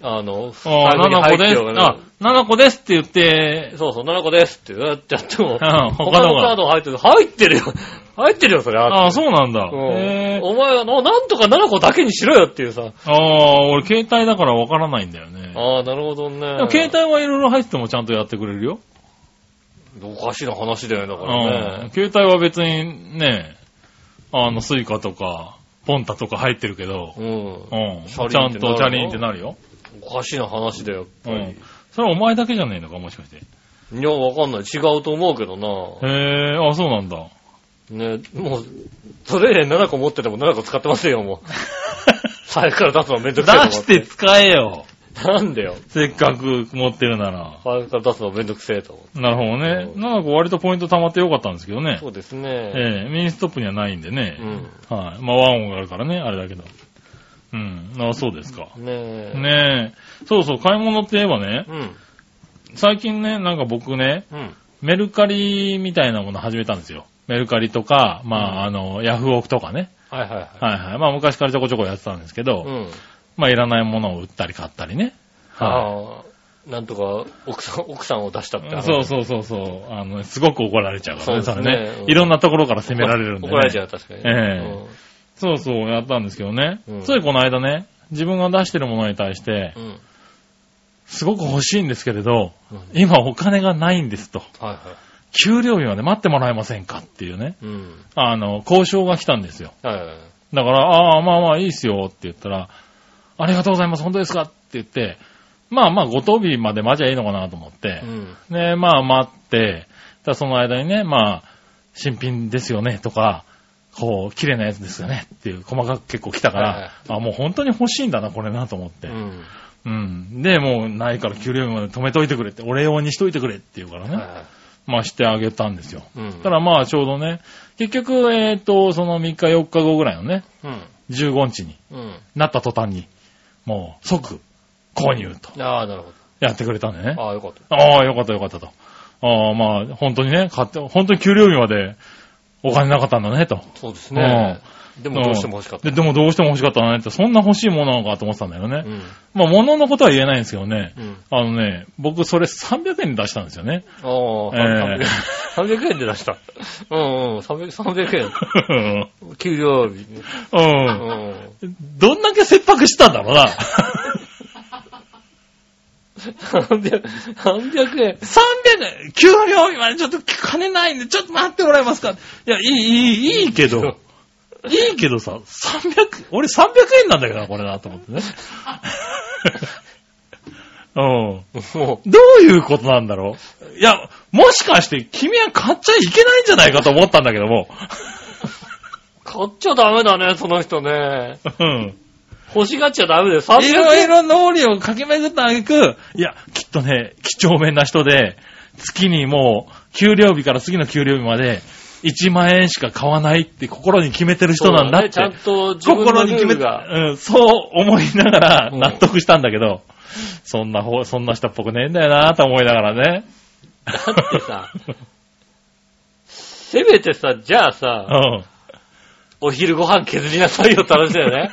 うん。あの、あ財布にあ、7入個ってでよすう。があね、 7個ですって言 (laughs) って、そうそう、7個ですってやってやっても、 (laughs) 他の他のカーが。ド入ってる、入ってるよ、入ってるよ、それ。ああ、そうなんだ。うんへえ。お前はな、なんとか7個だけにしろよっていうさ。ああ、俺携帯だからわからないんだよね。ああ、なるほどでねも。携帯はいろいろ入っててもちゃんとやってくれるよ。帯おかしな話だよね、だかうらんね。携帯は別にね、あの、スイカとか、ポンタとか入ってるけど、うんう。ん。チャリンってなるのちゃんとチャリンってなるよ。おかしな話だよ、うやっぱりん。それはお前だけじゃねえのか、もしかして。へいや、わかんない。違うと思うけどな。え、あ、そうなんだ。ね、もう、それで7個持ってても7個使ってませんよ、もう。 (laughs) 財布から出すのめんど出くせえと思しって。て使えよ。なんでよ。せっかく持ってるなら。財布から出すのめんどくせえと思って。なるほどね。うんなんか割とポイント溜まってよかったんですけどねそ。うですね。ええミニストップにはないんでねう。ん。はい。まあ、ワンオンがあるからね、あれだけど。うん。あそうですか。ねえ。ねえ。そうそう、買い物って言えばね、うん。最近ね、なんか僕ね、うん。メルカリみたいなもの始めたんですよ。メルカリとか、まあ、あの、ヤフオクとかね。はいはいはい。はいはい。まあ、昔からちょこちょこやってたんですけど、うん。まあ、いらないものを売ったり買ったりね。はああ、なんとか奥さん、奥さんを出したってい。話。そうそうそうそう。あの、すごく怒られちゃうからね、そうそですれねねう。んいろんなところから責められるんで、ね。怒られちゃう、確かに。えそうそう、やったんですけどねう。んついこの間ね、自分が出してるものに対してう、ん。うん。すごく欲しいんですけれど、うん今お金がないんですと。はいは給料日まで待ってもらえませんかっていうね。い。うん。あの、交渉が来たんですよ。はいはいはい。だから、ああ、まあまあいいっすよって言ったら、ありがとうございます、本当ですかって言って、まあまあ、ご当日まで待ちゃいいのかなと思ってう、ん。で、まあ待って、ただその間にね、まあ、新品ですよねとか、こう、綺麗なやつですよねっていう、細かく結構来たから、はいはいあ、もう本当に欲しいんだな、これなと思って。ううん。ん。で、もうないから給料日まで止めといてくれって、お礼用にしといてくれって言うからね、はいはい。まあしてあげたんですよ。うん。ただまあちょうどね、結局、えっ、と、その3日4日後ぐらいのね、うん。 15日にうん。なった途端に、もう即購入とああ、なるほやってくれたんでねど。。ああ、よかった。ああ、よかったよかったと。ああ、まあ、本当にね、買って、本当に給料日までお金なかったんだね、と。そうですね。でもどうしても欲しかったで、。でもどうしても欲しかったんだね、と。そんな欲しいものなのかと思ってたんだよね。うん。まあ、物のことは言えないんですけどね。うん。あのね、僕それ300円で出したんですよね。 (laughs) ああ、ええ300円で出した。うんうん、300, 300うん円。給料日。う。うんん。どんだけ切迫したんだろうな。 (laughs) 300 300円。 300円、給料日までちょっと金ないんで、ちょっと待ってもらえますか。いや、いい、いい、いいけど、 (laughs) いいけどさ、300、俺300円なんだけどな、これな、と思って (laughs) ね。うん。もどういうことなんだろういや、もしかして君は買っちゃいけないんじゃないかと思ったんだけどう、も。買っちゃダメだね、その人ね。うん。欲しがっちゃダメだよ。300いろい円。ろ能力を駆け巡った挙句、いや、きっとね、貴重面な人で、月にもう、給料日から次の給料日まで、1万円しか買わないって心に決めてる人なんだって。そうねちゃんと自分の心にル決ーめルて、が。うん、そう思いながらうん納得したんだけど、そんな方、そんな人っぽくねえんだよなと思いながらね。だってさせめてさ、じゃあ (laughs) うさ、ん。お昼ご飯削りなさいよって話だよ (laughs) ね。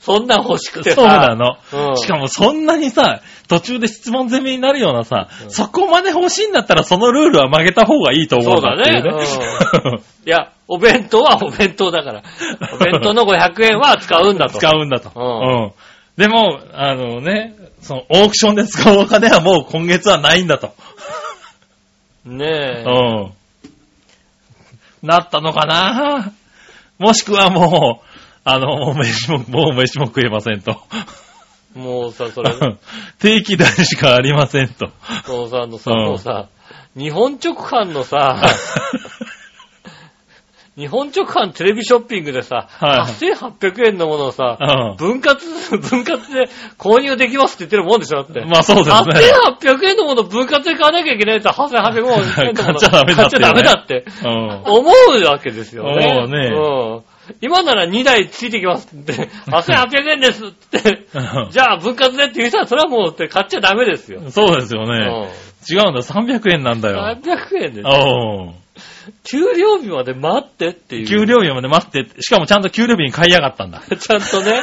そんなん欲しくてさ。そうなの。うんしかもそんなにさ、途中で質問攻めになるようなさ、うんそこまで欲しいんだったらそのルールは曲げた方がいいと思うんだっていうね。そういや、お弁当はお弁当だから。お弁当の500円は使うんだと。 (laughs) 使うんだと。ううんでも、あのね、そのオークションで使うお金はもう今月はないんだと。ねえ。うん。なったのかな (laughs) もしくはもう、あの、もう飯も、もう飯も食えませんと。もうさ、 (laughs) それ、定期代しかありませんと。父さんのさ、うんもうさ、日本直販のさ、日本直販テレビショッピングでさ、はい8800円のものをさ (laughs) う、ん分割、 (laughs) 分割で購入できますって言ってるもんでしょだって。まあそうですね。 8800円のもの分割で買わなきゃいけないって8800円のもの (laughs) 買っちゃダメだってね買っちゃダメだって。うん。思うわけですよね。思うねうん。今なら2台ついてきますって、8800円ですって、じゃあ分割でって言う人はそれはもうって買っちゃダメですよ。 (laughs) そうですようね。ん。違うんだ、300円なんだよ。 300円でうん給料日まで待ってっていう。給料日まで待って、しかもちゃんと給料日に買いやがったんだ。ちゃんと (laughs) ね、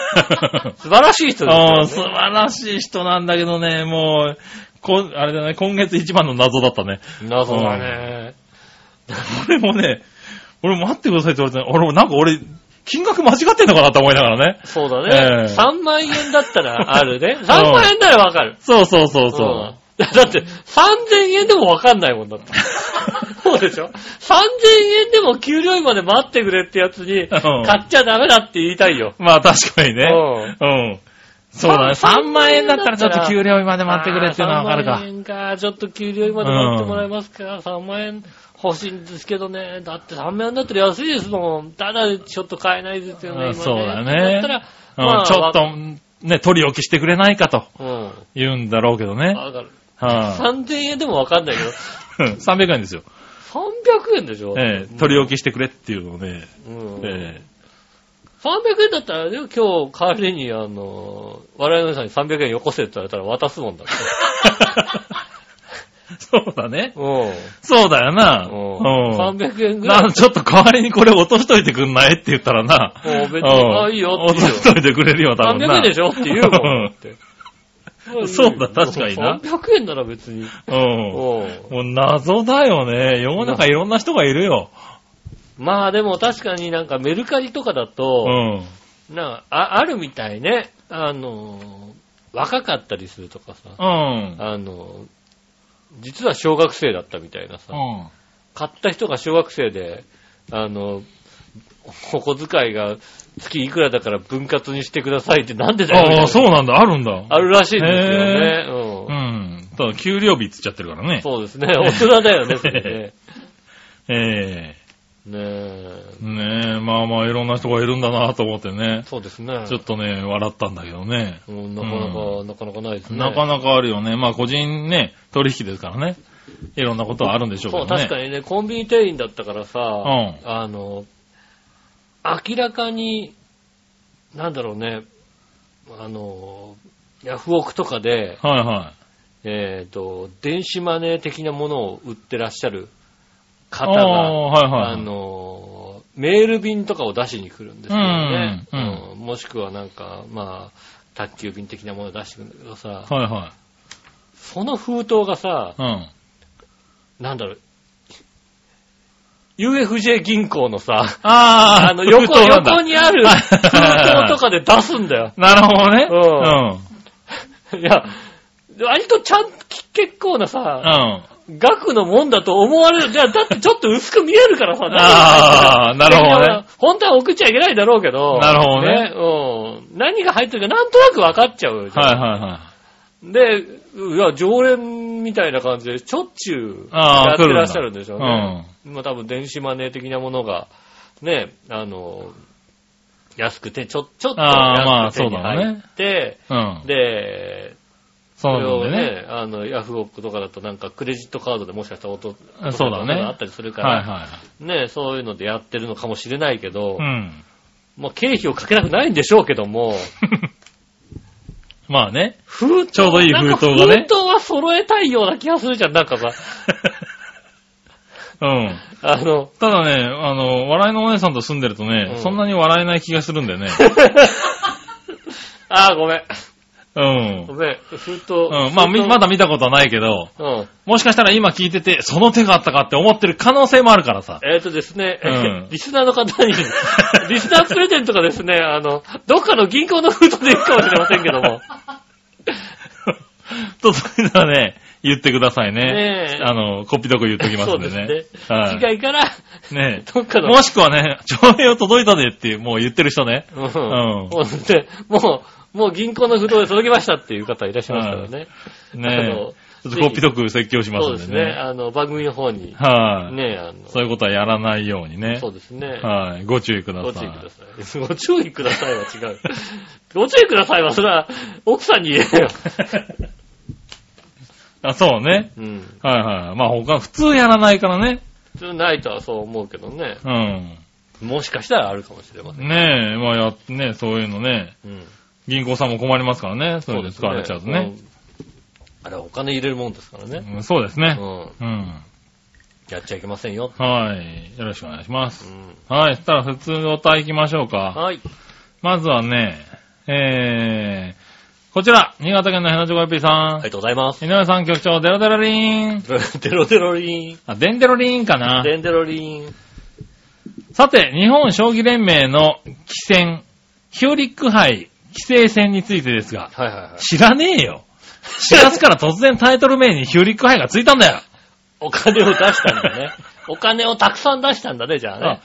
素晴らしい人ですうんよ、素晴らしい人なんだけどね、もう、こあれだね、今月一番の謎だったね。ね。謎だね。 (laughs) 俺もね、俺も待ってくださいって言われてね、俺もなんか俺、金額間違ってんのかなと思いながらね。そうだね、ええ3万円だったらあるね。3万円ならわかる。そうそうそうそう。うん。 (laughs) だって、3000円でもわかんないもんだ (laughs) って。そうでしょ ?3000 円でも給料日まで待ってくれってやつに、ん買っちゃダメだって言いたいよ。まあ確かにね。ううん。そうだね。さん3万円だったらちょっと給料日まで待ってくれっていうのはわかるあー3か万。円か。ちょっと給料日まで待ってもらえますか。3万円欲しいんですけどね。だって3万円だったら安いですもん。ただちょっと買えないですよね。今あねそうだねだったら、うんまあちょっ。と、ね、取り置きしてくれないかとわ言うんだろうけどうねん。。わかる。は3000円でもわかんないけど、い。300円ですよ。 300円でしょええ、取り置きしてくれっていうのをね、うんえ300円だったら、でも今日代わりに、あの、我々の人に300円よこせって言われたら渡すもんだって。え (laughs) そうだね。うん。そうだよな。うん。300円ぐらい。なちょっと代わりにこれ落としといてくんないって言ったらな。もう別に、うんあ、いいよって落と言うよ。しといてくれるよ、多分な。 300円でしょって言うもんって。んそうだ確かにな300円なら別に。うん。おうもう謎だよね。世の中いろんな人がいるよ。まあでも確かになんかメルカリとかだうと、ん。なんかああるみたいね。あのー、若かったりするとかさ、うん。あの、実は小学生だったみたいなさ、うん。買った人が小学生で、あの、お小遣いが月いくらだから分割にしてくださいってなんでだよみたいあなあ、そうなんだ、あるんだ。あるらしいんですよね。ううんん。ただ、給料日って言っちゃってるからね。そうですね。 (laughs) 大人だよね、そ (laughs) れえね。ねええ。ねえ、まあまあ、いろんな人がいるんだなと思ってね。そうですね。ちょっとね、笑ったんだけどね。うんなかなか、なかなかないですね。なかなかあるよね。まあ、個人ね、取引ですからね。いろんなことはあるんでしょうけそう、どね。確かにね、コンビニ店員だったからさ、んあの、明らかに、なんだろうね、あの、ヤフオクとかで、はいはい。えっ、と、電子マネー的なものを売ってらっしゃる方あが、あはいはい。あの、メール便とかを出しに来るんですよね。うんうんもしくはなんか、まあ、宅急便的なものを出してくるんだけどさ、はいはその封筒がさ、い。うん。なんだろう、UFJ 銀行のさ、ああの、横、横に。にある封筒とかで出すんだよ。なるほどね。ういや、割とちゃん、結構なうん。さ、うん。額のもんだと思われる。じゃあ、だってちょっと薄く見えるからさ、 (laughs) (laughs) あー何が入ってなるほどだねから本当は送っちゃいけないだろうけど、なるほどねね。うん。何が入ってるかなんとなく分かっちゃうじゃん。はいはいはい。で、いや、常連みたいな感じで、しょっちゅうあーやってらっしゃるんでしょうね。来まあ多分電子マネー的なものが、ね、あの、安くて、ちょ、ちょっとあーまあ安く手に入って、うん。で、そそうれなをんでね。ね、あの、ヤフオクとかだとなんかクレジットカードでもしかしたらおとあそうだねお得なことがあったりするかはいら、はね、そういうのでやってるのかもしれないけどい。う、ん。 (laughs) まあ経費をかけたくないんでしょうけども、まあね。 (laughs) 封筒ちょうどいい封筒がねなんか封筒は揃えたいような気がするじゃん、なんか (laughs) さ。うん。あの、ただね、あの、笑いのお姉さんと住んでるとね、うんそんなに笑えない気がする (laughs) んだよね。ああ、ごめん。うんご。めん。封筒。うん。まあ、みまだ。だ見たことはないけど、うん。もしかしたら今聞いてて、その手があったかって思ってる可能性もあるからさ。えっ、とですね、うん (laughs) リスナーの方 (laughs) に、リスナープレゼントがですね、あの、どっかの銀行の封筒でいくかもしれませんけども。と、 (laughs) そういうのはね、言ってくださいねね。えあの、こっぴどく言っときますそうんでですね。ね。はい。次回から、ねどっかの、もしくはね、長編を届いたでっていう、もう言ってる人 (laughs) ね。うん (laughs) うもんうでもう、もう銀行の封筒で届きましたっていう方いらっしゃいますからね。あのねちょっとこっぴどく説教しまそうですすんね。でね。あの、番組の方に、はい、ね、あの、そういうことはやらないようにねそ。うですね。はい、ご注意くださごい。注意ください。 (laughs) ご注意くださいは違う。 (laughs) ご注意くださいは、それは、奥さんに言えよ。 (laughs) あ、そうね。うん。はいはい。まあ他、普通やらないからね。普通ないとはそう思うけどね。うん。もしかしたらあるかもしれません。ねえ、まあやってね、そういうのね。うん。銀行さんも困りますからね。それで使われちゃうとね。うん。あれはお金入れるもんですからね。うんそうですうね。ん。うん。やっちゃいけませんよ。はい。よろしくお願いしまうす。ん。はい。そしたら普通のお題行きましょうか。はい。まずはね、えー、こちら、新潟県のヘナチョコヨッピーさん。ありがとうございます。 (laughs) 井上さん局長、デロデロリーン。デロデロリーン。あ、デンデロリーンかな。デンデロリーン。さて、日本将棋連盟の棋戦、ヒューリック杯棋聖戦についてですが、はいはいはい。知らねえ (laughs) よ。4月から突然タイトル名にヒューリック杯がついたんだよ。お金を出したんだ (laughs) ね。お金をたくさん出したんだね、じゃああね。、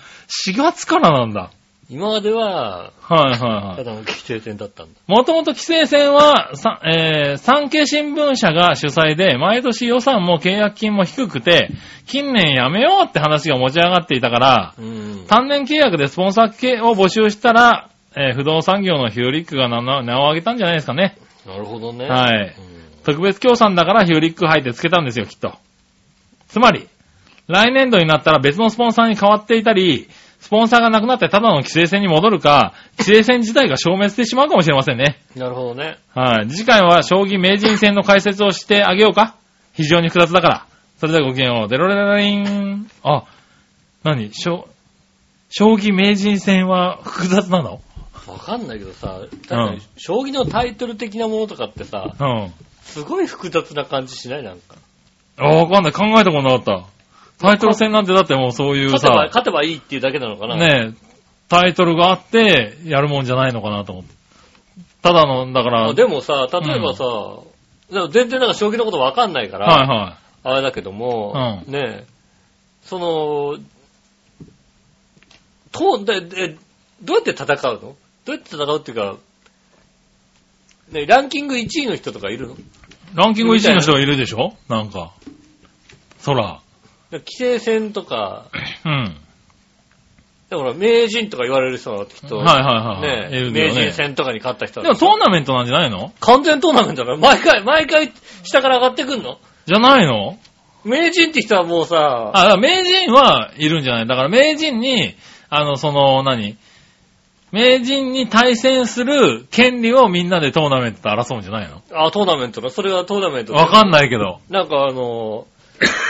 4月からなんだ。今までは、はいはいたはい。だの規制線だったんだ。もともと棋聖戦は、さえー産経新聞社が主催で、毎年予算も契約金も低くて、近年やめようって話が持ち上がっていたから、うん。単年契約でスポンサー系を募集したら、えー不動産業のヒューリックが名名を挙げたんじゃないですかね。なるほどね。はうい。ん特別協賛だからヒューリック入ってつけたんですよ、きっと。つまり、来年度になったら別のスポンサーに変わっていたり、スポンサーがなくなってただの規制線に戻るか、規制線自体が消滅してしまうかもしれませんね。なるほどね。はい。次回は将棋名人戦の解説をしてあげようか非常に複雑だから。それではごきげんよう。デロレロリン。あ、何将、将棋名人戦は複雑なのわかんないけどさ、確かに将棋のタイトル的なものとかってさ、うん。すごい複雑な感じしないなんか。あ、わかんない。考えたことなかった。タイトル戦なんてだってもうそういう勝てば、さ、勝てばいいっていうだけなのかな。ねえ、タイトルがあって、やるもんじゃないのかなと思って。ただの、だから、でもさ、例えばさ、でも全然なんか将棋のことわかんないから、はいはあれだけども、うねえ、その、とでで、どうやって戦うのどうやって戦うっていうか、ね、ランキング1位の人とかいるのい。ランキング1位の人がいるでしょなんか。そら。規制戦とか、うん。だから名人とか言われる人がきっと、はいはいはいはい。いねるだ名よね人戦とかに勝った人でもトうーナメントなんじゃないの完全トーナメントだろ毎回、毎回下から上がってくんのじゃないの名人って人はもうさ、あ、だから名人はいるんじゃないだから名人に、あの、その、何名人に対戦する権利をみんなでトーナメントと争うんじゃないのあ、トーナメントだ。それはトーナメントだわかんないけど。なんかあ (coughs) の、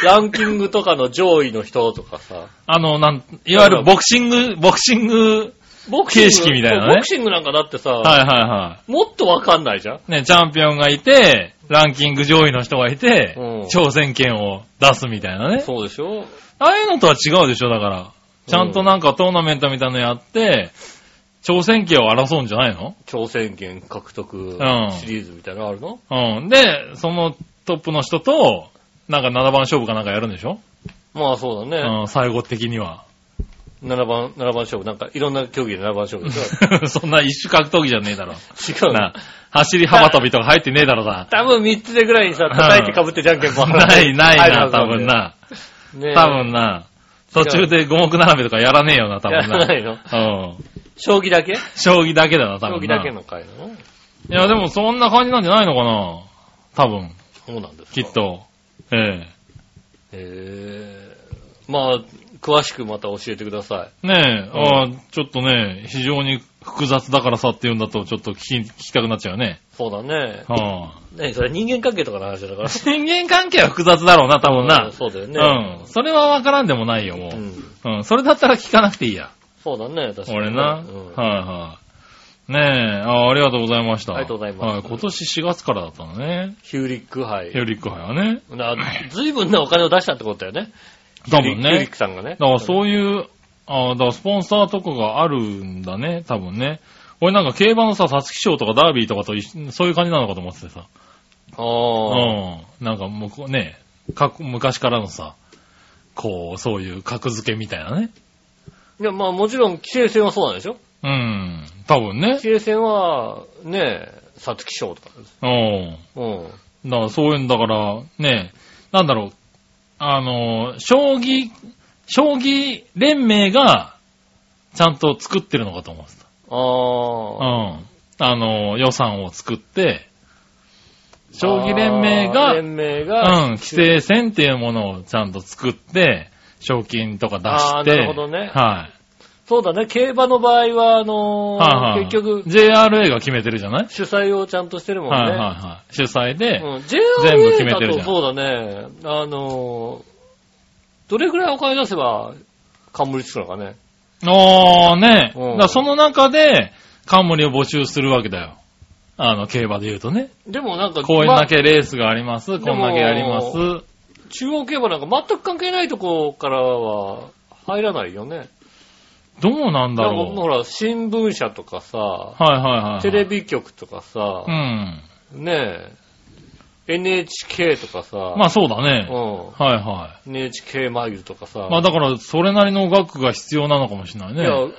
ランキングとかの上位の人とかさ、あの、なん、いわゆるボクシング、ボクシング、ボクシング形式みたいなねボクシングなんかだってさ、はいはいはもっとわかんないじゃんい。ね、チャンピオンがいて、ランキング上位の人がいてうん、挑戦権を出すみたいなね。そうでしょああいうのとは違うでしょ、だから。ちゃんとなんかトーナメントみたいなのやって、挑戦権を争うんじゃないの挑戦権獲得んシリーズみたいなのあるの、うん。で、そのトップの人と、なんか7番勝負かなんかやるんでしょ、まあそうだね。うん、最後的には。 (laughs) 7番、7番勝負。なんかいろんな競技で7番勝負でしそんな一種格闘技じゃねえだろ。ょ違うなな。、走り幅跳びとか入ってねえだ (laughs) ろさ。多分3つでぐらいにさ、叩いて被ってじゃんけんもない、ないな、多分。あな。るねえ多分な。途中で五目並べと (laughs) かやらねえよな、多分やらなな。いのうん。将棋だけ将棋だけだな、多将分棋な。だけの回なのいや、でもそんな感じなんじゃないのかな多分、そうなんですかきっと。えへえ。まあ、詳しくまた教えてくださえ。ねえ、ああちょっとね、非常に複雑だからさって言うんだと、ちょっと聞き聞きたくなっちゃうねい。。そうだね。はあ、ねそれ人間関係とかの話だから。 (laughs) 人間関係は複雑だろうな、多分な。そうだよね。うん。それはわからんでもないよ、うもう。ん。うん。それだったら聞かなくていいや。そうだね、確かに。俺な。うんはいはい。ねえ、あありがとうございました。ありがとうございますは今年4月からだったのね。ヒューリック杯ヘ。リック杯はね。なずいぶんなお金を出したってことだよね。多分ヒューリッねク。さんがね。だからそういう、ああ、だからスポンサーとかがあるんだね、多分ね。俺なんか競馬のさ、サツキ賞とかダービーとかと一緒そういう感じなのかと思っててさ。うああ。ん。なんかもうこうね、か昔からのさ、こう、そういう格付けみたいなね。いや、まあもちろん、規制戦はそうなんでしょうん。多分ね規。制戦は、ねえ、サツキ賞とかです。うん。うん。だからそういうんだから、ね、なんだろう、あの、将棋、将棋連盟が、ちゃんと作ってるのかと思ってた。うああ。ん。あの、予算を作って、将棋連盟あーが、う連ん、盟が、規制線っていうものをちゃんと作って、賞金とか出あしーて、なるほどねはい。そうだね、競馬の場合は、あのーはいはい、結局、 JRA が決めてるじゃない、主催をちゃんとしてるもんね。はいはいはい。主催で、うん、全部決 JRA めだてるじとゃんそうだね、あのー、どれぐらいお金出せば、冠つくのかね。あーね。うんだからその中で、冠を募集するわけだよ。あの、競馬で言うとね。でもなんか、こういうまだけレースがあります。こんだけやりますで。中央競馬なんか全く関係ないとこからは入らないよね。どうなんだなんかろう。ほら、新聞社とかさ、はいはいはいはい。テレビ局とかさう、ん。ねえ、NHK とかさ、まあそうだね。うん、はいは NHK マイルとかさ、い。まあだから、それなりの額が必要なのかもしれないいやね。、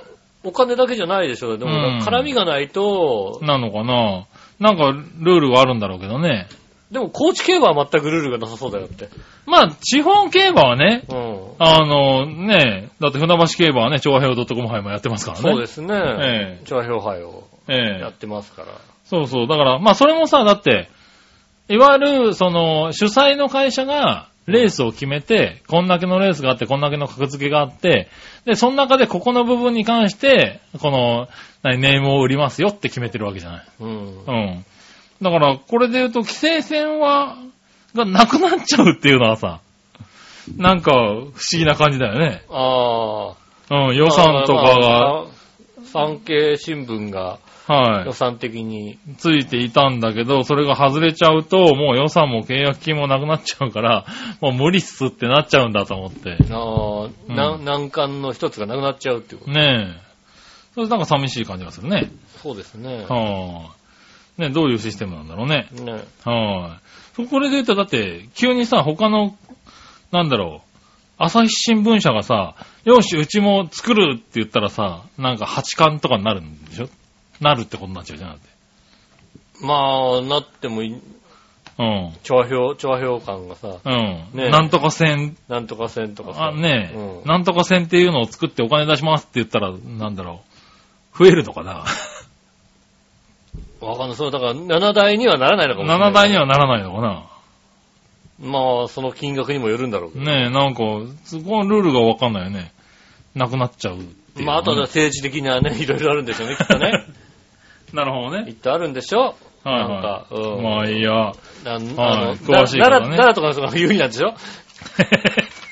お金だけじゃないでしょ。でも、うん絡みがないと、なのかな。なんか、ルールがあるんだろうけどね。でも、高知競馬は全くルールがなさそうだよって。まあ、地方競馬はね、うん。あの、ね、だって船橋競馬はね、調和平 .com 杯もやってますからね。そうですね。え調和票杯をえ。ええやってますから。そうそう。だから、まあそれもさ、だって、いわゆる、その、主催の会社が、レースを決めて、こんだけのレースがあって、こんだけの格付けがあって、で、その中でここの部分に関して、この、何ネームを売りますよって決めてるわけじゃない。うんう。ん。だから、これで言うと、規制線は、がなくなっちゃうっていうのはさ、なんか、不思議な感じだよね。ああ。うん、予算とかまあ。産経新聞がが、はい予。算的に、ついていたんだけど、それが外れちゃうと、もう予算も契約金もなくなっちゃうから、もう無理っすってなっちゃうんだと思って。ああ、なうん難関の一つがなくなっちゃうっていうこと。ねえ。それなんか寂しい感じがするね。そうですね。はあ、ね、どういうシステムなんだろうね。ね。はい。これで言ったら、だって、急にさ、他の、なんだろう、朝日新聞社がさ、よし、うちも作るって言ったらさ、なんか八冠とかになるんでしょなるってことになっちゃうじゃん。だってまあ、なってもいい、うん。調和表、調和表感がさ、うん。ねえなんとか線、なんとか線とかさ。あ、ねえ、うんなんとか線っていうのを作ってお金出しますって言ったら、なんだろう、増えるのかな。わかんない。そう、だから、7台にはならないのかもしれない。 7倍にはならないのかな。まあ、その金額にもよるんだろうけど。ねえ、なんか、そこのルールがわかんないよね。なくなっちゃうっていうまあ、あとは政治的なね、 (laughs) いろいろあるんでしょうね、きっとね。 (laughs) なるほどきっね。とあるんでしょはいはいなんか、うん。まあい (laughs) いや。なんあはの、い詳しいからね奈良奈良とかの人が有利なんでしょ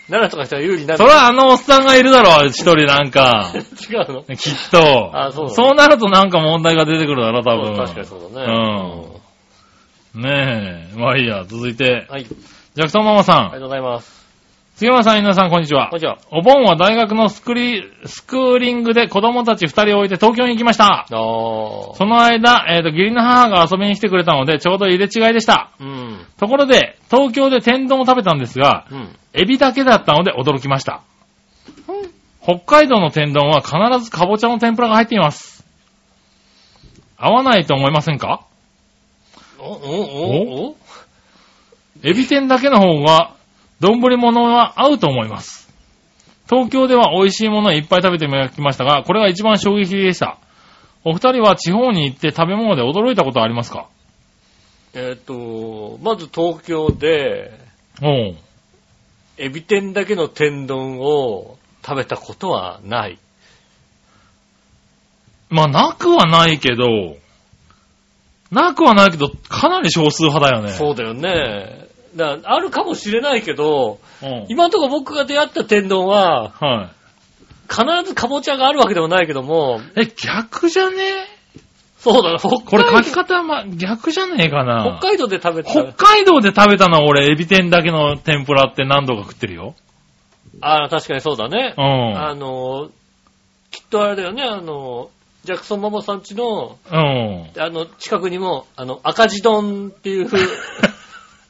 奈良とかの人が有利なんそでらあのおっさんがいるだろ、一人なん (laughs) か。違うのきっと。あそうだねなるとなんか問題が出てくるだろ、多分。確かにそうだね。うん。ねえ。まあいいや、続いて。はい。ありジャクソンママさがん。とうございます。杉山さん、皆さん、こんにちはこん。にちは。お盆は大学のスクリ、スクーリングで子供たち二人を置いて東京に行きました。あー。その間、えっ、と、義理の母が遊びに来てくれたので、ちょうど入れ違いでした。うん。ところで、東京で天丼を食べたんですが、うん。エビだけだったので驚きました。北海道の天丼は必ずカボチャの天ぷらが入っています。合わないと思いませんかお、お、お、おエビ天だけの方が、丼物は合うと思います。東京では美味しいものをいっぱい食べてきましたが、これが一番衝撃的でした。お二人は地方に行って食べ物で驚いたことはありますかえっと、まず東京で、おう。エビ天だけの天丼を食べたことはない。まあ、なくはないけど、なくはないけど、かなり少数派だよね。そうだよね。だあるかもしれないけど、うん。今のところ僕が出会った天丼は、はい。必ずかぼちゃがあるわけでもないけども、え、逆じゃねそうだな、北海これ道書き方、ま、逆じゃねえかな北海道で食べた、北海道で食べたのは俺、エビ天だけの天ぷらって何度か食ってるよ。ああ、確かにそうだねう。あん。の、きっとあれだよね、あの、ジャクソンママさん家の、うん。あの、近くにも、あの、赤字丼って (laughs) いう風、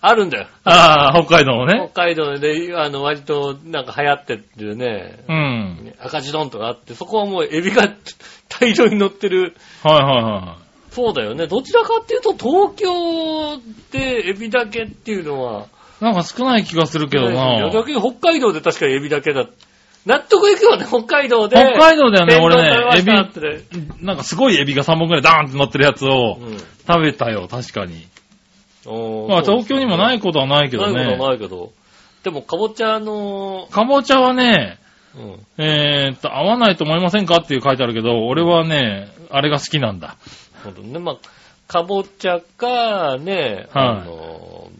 あるんだよ。ああ、北海道の北ね。海道で、あの、割と、なんか流行ってるね、うん。赤字丼とかあって、そこはもうエビが大量に乗ってる。はいはいはそうだよね。どちらかっていうと、東京でエビだけっていうのは、い。なんか少ない気がするけどな。逆に北海道で確かにエビだけだ。納得いくよね、北海道で。北海道だよね、俺ね、エ天丼食ビ、べましたってねなんかすごいエビが3本くらいダーンって乗ってるやつをうん食べたよ、確かに。おーまあ東京にもないことはないけどないことね。はないけど。でも、かぼちゃの、かぼちゃはね、うんえーっと、合わないと思いませんかっていう書いてあるけど、俺はね、あれが好きなんだ。ほんとね、まあ、かぼちゃか、ね、はいあの、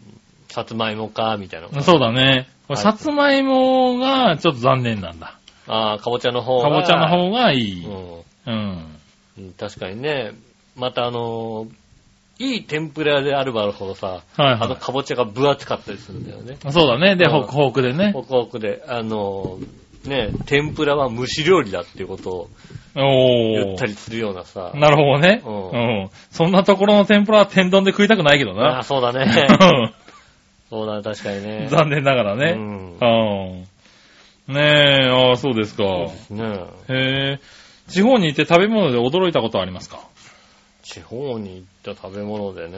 さつまいもか、みたいな。そうだね。これはいさつまいもがちょっと残念なんだ。ああ、かぼちゃの方かが。ぼちゃの方がいい。うんうん。うん。確かにね、またあの、いい天ぷらであればあるほどさ、はいあのはかぼちゃが分厚かったりするんだよね。い。そうだね。で、うんホクホクで (laughs) ね。ホクホクで、あの、ね、天ぷらは蒸し料理だっていうことを言おったー。りするようなさ。なるほどね。うんうん。そんなところの天ぷらは天丼で食いたくないけどああ、な。そうだ (laughs) ね。そうだね、確かにね。残念ながらうね。ん。うん。ねえ、ああ、そうですか。ねえへえ。地方に行って食べ物で驚いたことはありますか地方に行った食べ物でね、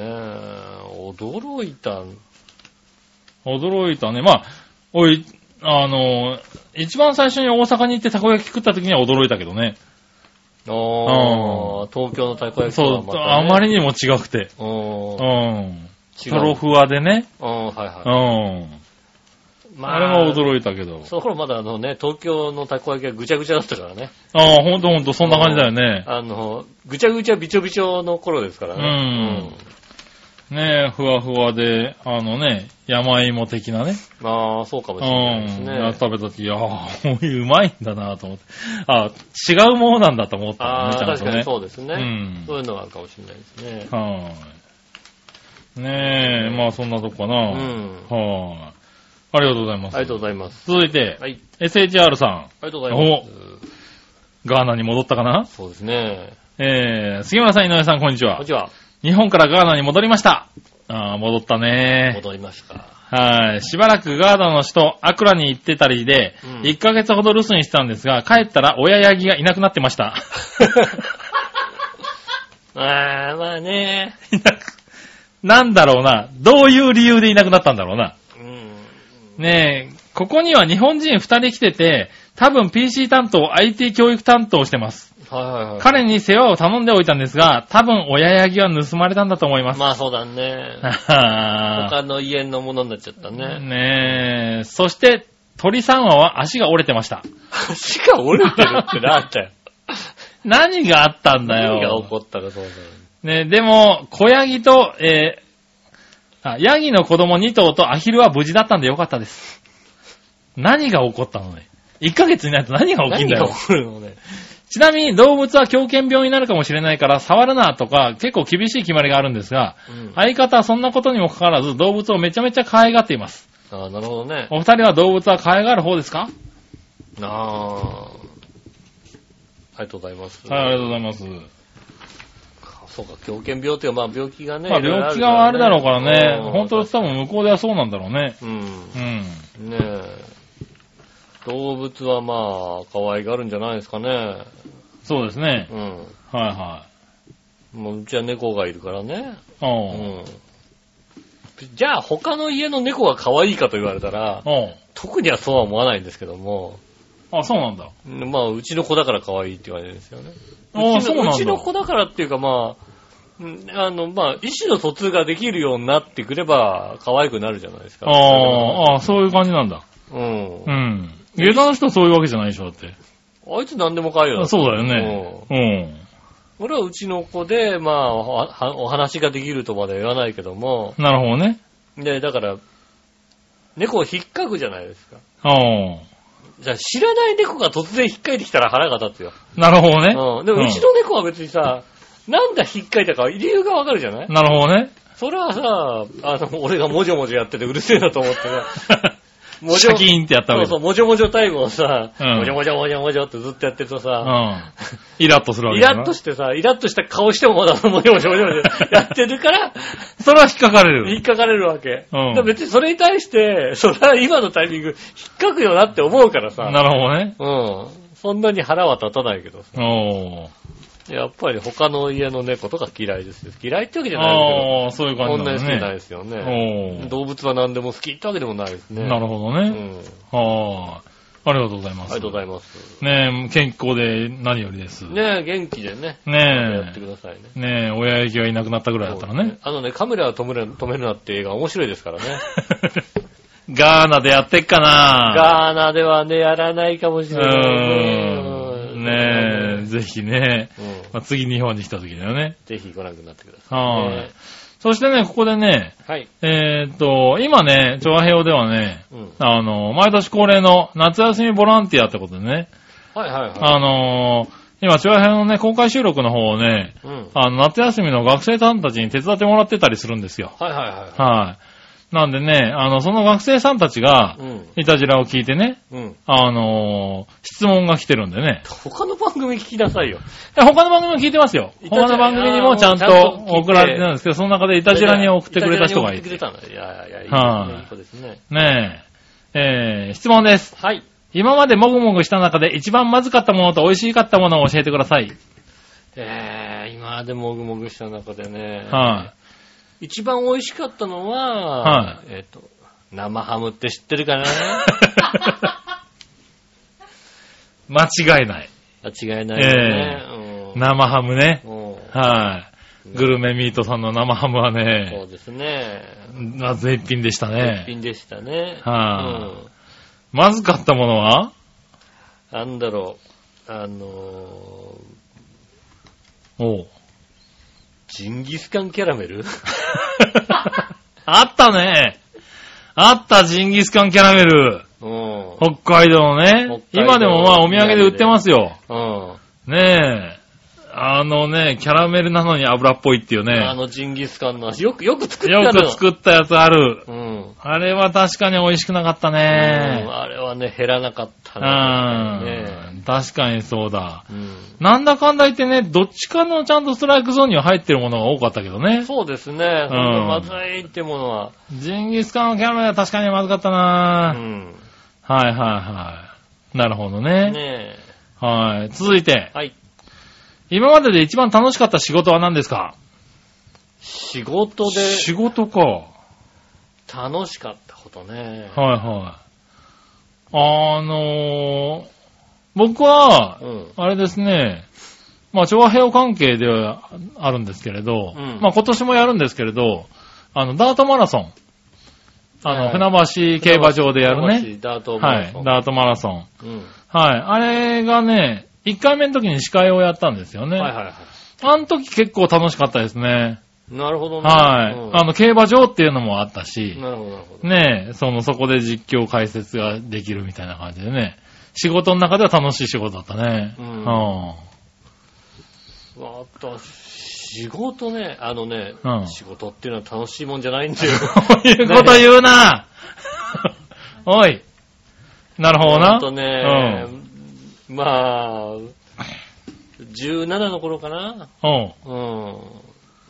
驚いた。驚いたね。まあ、おい、あの、一番最初に大阪に行ってたこ焼き食った時には驚いたけどね。ああ、東京のたこ焼きとそう、はまた、ね、あまりにも違くて。う。うんん。違トロう。フワでね。うん、はいはうん。い。あれは驚いたけど。その頃まだあのね、東京のたこ焼きはぐちゃぐちゃだったからね。ああ、ほんとほんと、そんな感じだよね。あの、ぐちゃぐちゃびちょびちょの頃ですからね。ねえ、ふわふわで、あのね、山芋的なね。うん。まあ、そうかもうしれないですん。やねつ。食べた時、ああ、こういううまいんだなと思って。あ違うものなんだと思っあたのね、あ、ちゃん確とかねに。そうですね。うんそういうのがあるかもしれないですね。はーい。ねえ、まあそんなとこかうな。ん。はーい。ありがとうございます。ありがとうございます。続いて、はい。 SHR さありがとうございます。ん、ガーナに戻ったかなんそうですね。えー、杉村さん、井上さん、こんにちこんはに。ちは。日本からガーナに戻りました。ああ、戻ったね。戻ります (laughs) か。はい。しばらくガーナの首都、アクラに行ってたりで、うん1ヶ月ほど留守にしてたんですが、帰ったら親ヤギがいなくなって (laughs) ました。あー、まあね。いなくなんだろうな。どういう理由でいなくなったんだろうな。うん。ねえ、ここには日本人2人来てて、多分 PC 担当、IT 教育担当してます。はいはいはい。彼に世話を頼んでおいたんですが、多分親ヤギは盗まれたんだと思います。まあそうだね。あ他の家のものになっちゃったーね。ねえ、そして、鳥3羽は足が折れてました。足が折れてるってなんだよ。何 (laughs) があったんだ何が起よ。こったらそうだよ。ねえ、でも、小ヤギと、えーあ、ヤギの子供2頭とアヒルは無事だったんでよかったです。何が起こったのね。1ヶ月になると何が起きん何だがよ。起こるのね。ちなみに動物は狂犬病になるかもしれないから触るなとか結構厳しい決まりがあるんですが、うん。相方はそんなことにもかかわらず動物をめちゃめちゃ可愛がっています。ああ、なるほどね。お二人は動物は可愛がる方ですか、ああ。ありがとうございます。はい、ありがとうございます。そうか、狂犬病っていうか、まあ病気がね。まあいろいろ病気があるだろうからね、うん本当多分向こうではそうなんだろうね。うんう。ん。ねえ。動物はまあ、可愛がるんじゃないですかね。そうですね。うん。はいはもううちは猫がいるからね。い。うおうん。ん。じゃあ、他の家の猫が可愛いかと言われたら、おう特にはそうは思わないんですけども、あ、そうなんだ。まあ、うちの子だから可愛いって言われるんですよね。ああ、うちそうのなうんだ。ちの子だからっていうか、まあ、うんあの、まあ、意思の疎通ができるようになってくれば、可愛くなるじゃないですか。あーあー、そういう感じなんだ。うんう。ん。下駄の人はそういうわけじゃないでしょ、だって。あいつ何でも可愛いよな。そうだよね。うん。俺はうちの子で、まあ、ははお話ができるとまでは言わないけども、なるほどね。で、だから、猫を引っかくじゃないですか。おうじゃあ知らない猫が突然引っかいてきたら腹が立つよ。なるほどね。うん。でもうちの猫は別にさ、なんだ引っかいたか理由がわかるじゃないなるほどね。それはさ、あの、俺がもじょもじょやっててうるせえなと思ってさ、 (laughs) もシじょャキーンってやっそたわうけだ。そう、もじょもじょタイムをさ、うんもじょもじょもじょもじょってずっとやってるとさ、うん。イラッとするわイけだな。ラッとしてさ、イラッとした顔してもまだもじょもじょもじょ (laughs) もじょやってるから、それは引っかかれ引る。っかかれるわけ。ううんん、別にそれに対して、それは今のタイミング、引っかくよなって思うからさ。なるほどね。うん。そんなに腹は立たないけどさ。おー。やっぱり他の家の猫とか嫌いですよ。嫌いってわけじゃないああー、そういうけど、感こじんななんにだ好きじゃないね。ですよおね。ー。動物は何でも好きってわけでもないですね。なるほどどね。うん。はあ。ありがとうございまあす。りがとうございます。ねえ、健康で何よりです。ねねえ、元気でね、やってくださいね。え。ねえ、親焼きがいなくなったぐらいだったらね。あのね、カメラを止める止めるなって映画面白いですから (laughs) ね。ガーナでやってっかなガーナではね、やらないかもしうれないーん。ねえ、ぜひね。え。うんまあ、次日本に来た時だよね。ぜひご覧くなってください。はいねそしてね、ここでね、はい。えーっと、今ね、調和平ではね、うん。あの、毎年恒例の夏休みボランティアってことでね、はいはいはあのー今、調和平のね、公開収録の方をね、い。うん。あの、夏休みの学生さんたちに手伝ってもらってたりするんですよ。はいはいははい。なんでね、あの、その学生さんたちがい。、うん。いたじらを聞いてね、うん。あのー質問が来てるんでね。他の番組聞きなさいよ。いや他の番組も聞いてますよ。いたじら他の番組にもちゃんとあーもうちゃんと聞いて送られてるんですけど、その中でいたじらに送ってくれた人がいイタて。ジラに送ってくれたの。いやいやいや、はいいいいい子ですね。ねえ。えー、質問です。はい。今までもぐもぐした中で一番まずかったものと美味しかったものを教えてください。えー、今までもぐもぐした中でね、、はい (laughs) 一番美味しかったのは、はいえっ、と、生ハムって知ってる (laughs) かない。間違いない。間違いないよね。うん生ハムね。うんはい。グルメミートさんの生ハムはそね、うですね。まあ絶品でした絶ね。品でしたね。うはんまずかったものはなんだろう、あのー (laughs) おうジンギスカンキャラメルあったね。あった、ジンギスカンキャラメル。うん。北海道の北ね。海道今でもまあお土産で売ってますよ。うん。ねえ。あのね、キャラメルなのに油っぽいっていうあね。のジンギスカンの味、よく、よく作ったよのく作ったやつある。うん。あれは確かに美味しくなかったうねん。あれはね、減らなかったうね。ん。確かにそうだ。うんなんだかんだ言ってね、どっちかのちゃんとストライクゾーンには入ってるものが多かったけどね。そうですね。そんなまずいってものは。ジンギスカンのキャラメルは確かにまずかったうな、ん。はいはいはい。なるほどね。ねはい。続いてえ。、はい。今までで一番楽しかった仕事は何ですか仕事で仕事か。は楽しかったことねい。はい。あのー、僕はう、ん。あれですね、まあ、調和平和関係ではあるんですけれど、うんまあ、今年もやるんですけれど、あの、ダートマラソン。あの、はい船橋競馬場でやるね。。ダートマはラいソ。ン。ダートマラソン。うん。はい。あれがね、1回目の時に司会をやったんですよね。はいはいはあの時結構楽しかったですね。い。なるほどね。はい。うんあの、競馬場っていうのもあったし、なるほどなるほど。ねえ、その、そこで実況解説ができるみたいな感じでね、仕事の中では楽しい仕事だったね。うんは私、仕事ね、あのね、うん仕事っていうのは楽しいもんじゃないんだよ。あ。 (laughs) いうこと言うな (laughs) おい。なるほどほな。んとね、まあ、17の頃かなううん。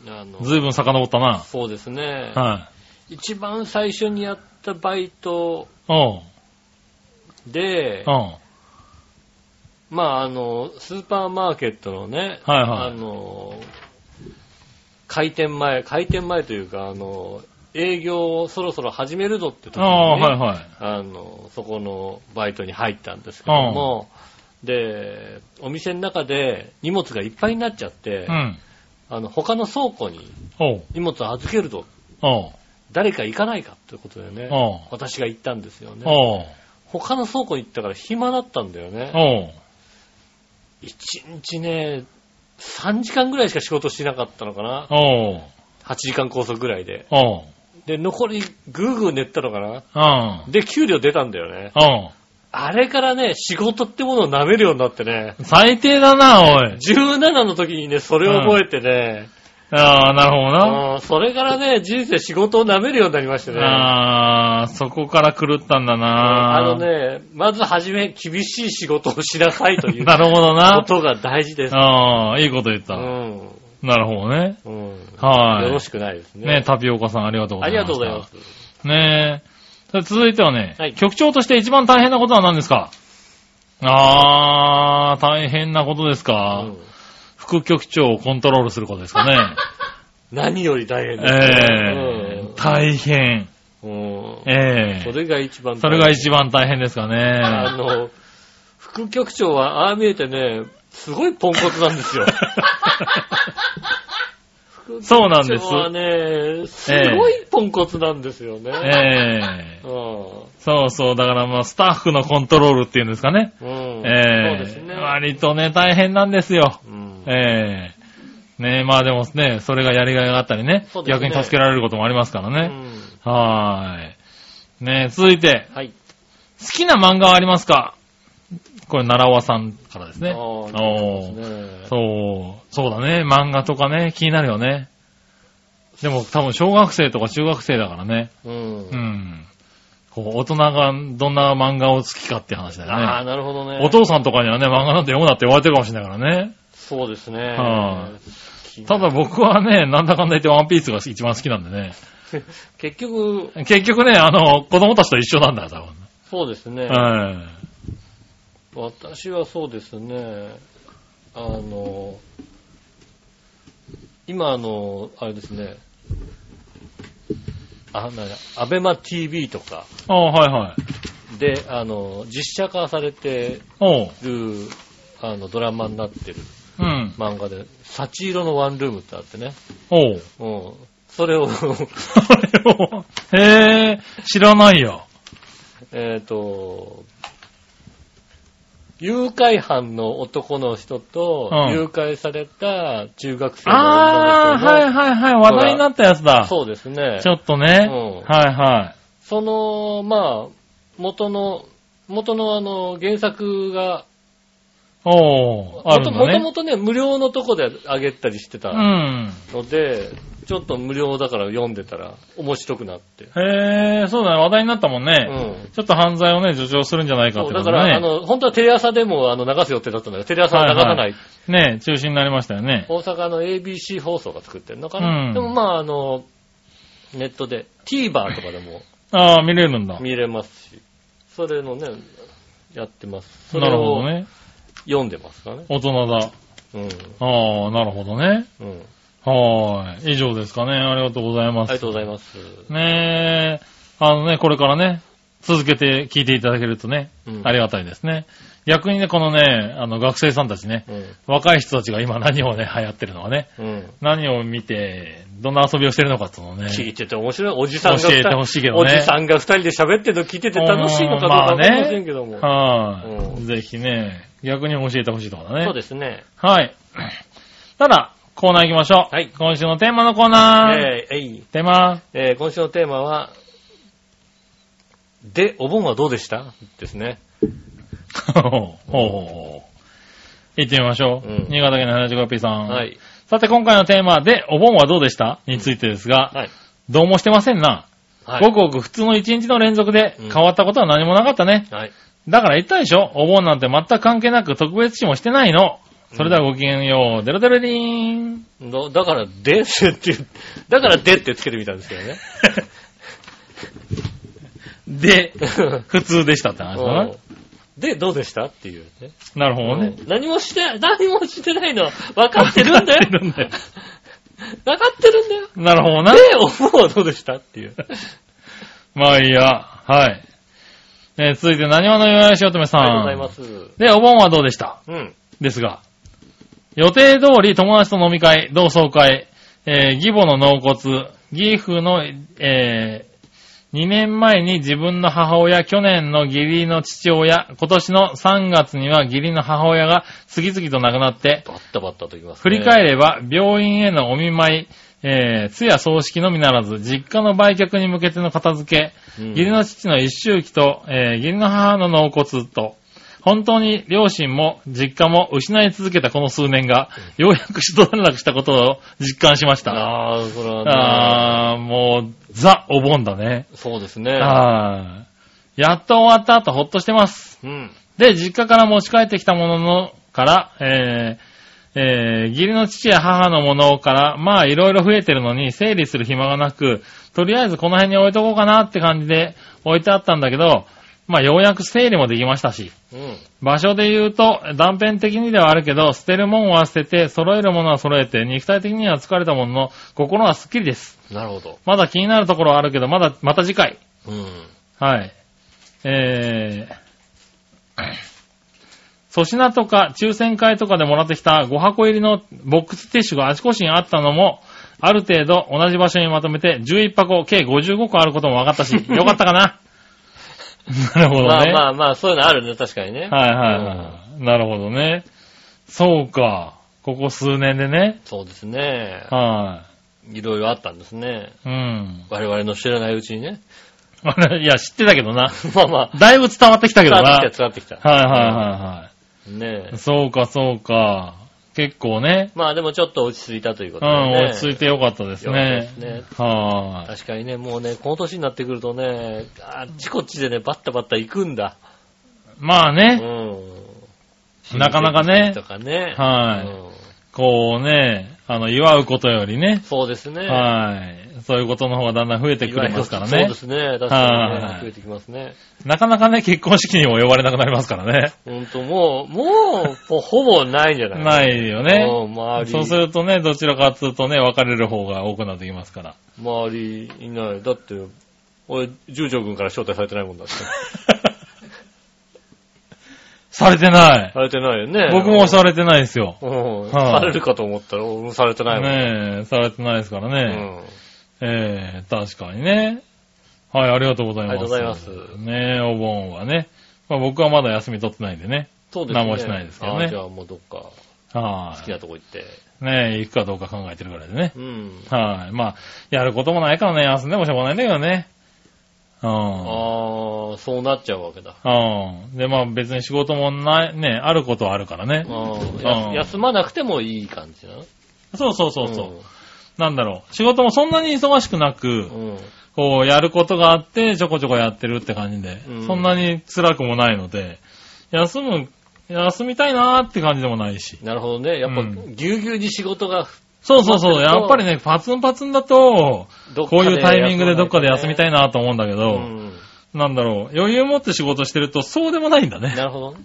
あのん。、ずいぶん遡ったな。そうですね、はい。一番最初にやったバイトおう。で、うん。はいまああの、スーパーマーケットのね、あはい。の、開店前、開店前というか、あの、営業をそろそろ始めるぞって時あに、ね、あ、はいはい。あの、そこのバイトに入ったんですけども、で、お店の中で荷物がいっぱいになっちゃって、うん。あの、他の倉庫におう。荷物を預けると、おう。誰か行かないかということでねおう、私が行ったんですよね。おう。他の倉庫に行ったから暇だったんだよね。おう。一日ね、3時間ぐらいしか仕事してなかったのかな。おう。 8時間拘束ぐらいで。おう。で、残りぐーぐー寝てたのかな。うん。で、給料出たんだよね。うあれからね、仕事ってものを舐めるようになってね。ん。最低だな、おい。 17の時にね、それを覚えてね、ああ、なるほどな。うんそれからね、人生仕事を舐めるようになりましてね。ああ、そこから狂ったんだな。あの。ね、まずはじめ厳しい仕事をしなさいという (laughs) なるほどこな。とが大事です。ああ、いいこと言っうた。ん。なるほどね。うん。はいよろしくないですね。ねタピオカさんありがとうごあざりいまがとうす。ございます。す。ねえ。続いてはね、はい局長として一番大変なことは何ですかああ、大変なことですか、うん副局長をコントロールすることです (laughs) かね。何より大変えですえね。大変。うんうんええそれが一番大変それが一番大変ですかね。 (laughs) あの、副局長は、ああ見えてね、すごいポンコツなんですよ。 (laughs) そうなんです副局長はね、すごいポンコツなんですよね。えうえんそうそう、だからまあ、スタッフのコントロールっていうんですかね。うんえそうえですね。割とね、大変なんですよ。うんええねえ、まあでもね、それがやりがいがあったりね、そうです逆ねに助けられることもありますからうね。んはーい。ねえ、続いて、はい。好きな漫画はありますかこれ、奈良尾さんからですね。あーありがとおーねそう、そうだね。漫画とかね、気になるよね。でも多分小学生とか中学生だからね。う。うんん。こう、大人がどんな漫画を好きかって話だああ、よね。なるほどね。お父さんとかにはね、漫画なんて読むなって言われてるかもしれないからね。そうですねは。気になたるだ、僕はね、なんだかんだ言ってワンピースが一番好きなんでね。結局、結局ね、あの、子供たちと一緒なんだよ、多分。そうですね。うん。私はそうですね、あの、今あの、あれですね、あ、なんだ、アベマ TV とかああ、はいはい。で、あの、実写化されておう。る、あの、ドラマになってるうん。漫画で、サチ色のワンルームってあってね、おう。 (laughs) うん。それを、 (laughs) それを、へえ、知らないよ。えっと、誘拐犯の男の人と、うん誘拐された中学生のあ女のあ、人のはいはいはい、話題になったやつだ。そうですねち。ょっとね。うんはいはその、まあ、元の、元のあの、原作が、おー、もあるとんだね。もとね、無料のとこであげたりしてたうん。ので、ちょっと無料だから読んでたら面白くなって。へえ、そうだね、話題になったもんね。うんちょっと犯罪をね、助長するんじゃないかっそうてだこかとね。ら、あの、本当はテレ朝でもあの流す予定だったんだけど、テレ朝は流さない。ね中止になりましたよね。大阪の ABC 放送が作ってるのかな。うんでもまあ、あの、ネットで TVer とかでもああ、見れるんだ。見れますし、それのね、やってます。そなれるほどをね。読んでますかね。大人だ。うああ、なるほどね。ん。うん。はーい。以上ですかね。ありがとうございあまりがす。とうございます。ねえ、あのね、これからね、続けて聞いていただけるとね、うんありがたいですね。逆にね、このね、あの、学生さんたちね、うん。若い人たちが今何をね、流行ってるのはね、うん。何を見て、どんな遊びをしてるのかっていうのをね。聞いてて面白い。おじさんが二人。教えてほしいけどねおじさんが二人で喋ってるの聞いてて楽しいのかどうかわかうんまりあねませんけども。はうい。んぜひね、逆に教えてほしいところだね。そうですね。はい。ただ、コーナー行きましょう。はい今週のテーマのコーナー。えーえいテーマ、 (laughs) えー今週のテーマは、で、お盆はどうでしたですね。ほうほうほう行ってみましょう。うん新潟県の 75P さん。はい。さて、今回のテーマで、お盆はどうでしたについてですが、はい。どうもしてませんな。はごい。くごく普通の一日の連続でうん変わったことは何もなかったね。はい。だから言ったでしょお盆なんて全く関係なく特別視もしてないの。それではごきげんよう。デロデロリーン。どだから、でっていう、だから、でってつけてみたんですけどね。 (laughs) で、普通でしたって話だうんで、どうでしたっていうね。な。なるほどね。うん何もして、何もしてないのは分かってるんだよ。分かってるんだよ分かってるんだよ。なるほどな。で、お盆はどうでしたっていう。まあいいや。はい。えー続いて、何話の岩井しおとめさん。ありがとうございます。で、お盆はどうでしたうん。ですが、予定通り友達と飲み会、同窓会、えー義母の納骨、義父の、え2年前に自分の母親、去年の義理の父親、今年の3月には義理の母親が次々と亡くなって、バッタバッタといきます、ね。振り返れば、病院へのお見舞い、えー、通夜葬式のみならず、実家の売却に向けての片付け、うん義理の父の一周期と、えー、義理の母の納骨と、本当に両親も実家も失い続けたこの数年が、ようやく一段落したことを実感しました。ああ、それはねあー、もう、ザ・お盆だね。そうですね。あーやっと終わった後、ほっとしてます。うん。で、実家から持ち帰ってきたもののから、えー、えー、義理の父や母のものから、まあいろいろ増えてるのに整理する暇がなく、とりあえずこの辺に置いとこうかなって感じで置いてあったんだけど、まあようやく整理もできましたし、うん。場所で言うと断片的にではあるけど、捨てるもんは捨てて、揃えるものは揃えて、肉体的には疲れたものの、心はスッキリです。なるほど。まだ気になるところはあるけど、まだ、また次回。うん。はい。えー、粗品とか抽選会とかでもらってきた5箱入りのボックスティッシュがあちこちにあったのも、ある程度同じ場所にまとめて11箱計55個あることも分かっ (laughs) たし、よかったかな。なるほどね。まあまあまあ、そういうのあるね、確かにね。はいはいはい。なるほどね。そうか。ここ数年でね。そうですね。はいろいろあったんですね。い。うん。 (laughs) 我々の知らないうちにね。いや、知ってたけどな。まあまあ、だいぶ伝わってきたけどな。は伝いわってきた、伝わってきはいはいはい。た。ねえ。そうか、そうか。結構ね。まあでもちょっと落ち着いたというこうとで、ね。ん、落ち着いてよかったですよかったでねす。ね。はーい。確かにね、もうね、この年になってくるとね、あっちこっちでね、バッタバッタ行くんだ。まあうね、ん。なかなかねとかね。はいうんこうね、あの、祝うことよりね、そうですね。はい。そういうことの方がだんだん増えてくれますからそうねで。すね。確かにはねい。増えてきますね。なかなかね、結婚式にも呼ばれなくなりますからね。ほんと、もう、もう、ほほぼないんじゃないないうよね。ん周り。そうするとね、どちらかっていうとね、別れる方が多くなってきます (laughs) から。周りいない。だって、俺、十条君から招待されてないもんだって。されてない。されてないよね。僕もされてないですよ。うん。はさいれるかと思ったら、俺もされてないもん。ねえ、されてないですからね。ええ確かにね。はい、ありがとうございます。ありがとうございますねえ、お盆はね。まあ、僕はまだ休み取ってないんでね。そうですね。何もしないですけどねあじゃあもうどっかは好きいな。とこ行って。ねえ、行くかどうか考えてるぐらいでね。うん。はい。まあ、やることもないからね、休んでもしょうがないんだけどね。うん。ああ、そうなっちゃうわけだ。うん。で、まあ別に仕事もない、ね、あることはあるからね。うんやうん休まなくてもいい感じなのそうそうそうそう。なんだろう。仕事もそんなに忙しくなく、うん。うん。こう、やることがあって、ちょこちょこやってるって感じで、うんそんなに辛くもないので、休む、休みたいなーって感じでもないし。なるほどね。やっぱ、うんぎゅうぎゅうに仕事が、そうそうそう、そうやっぱりね、パツンパツンだと、どっかこういうタイミングでどっかで休みたいいなと思うんだけとど、なんだろう、余裕持って仕事してると、そうでもないんだね。なるほどね。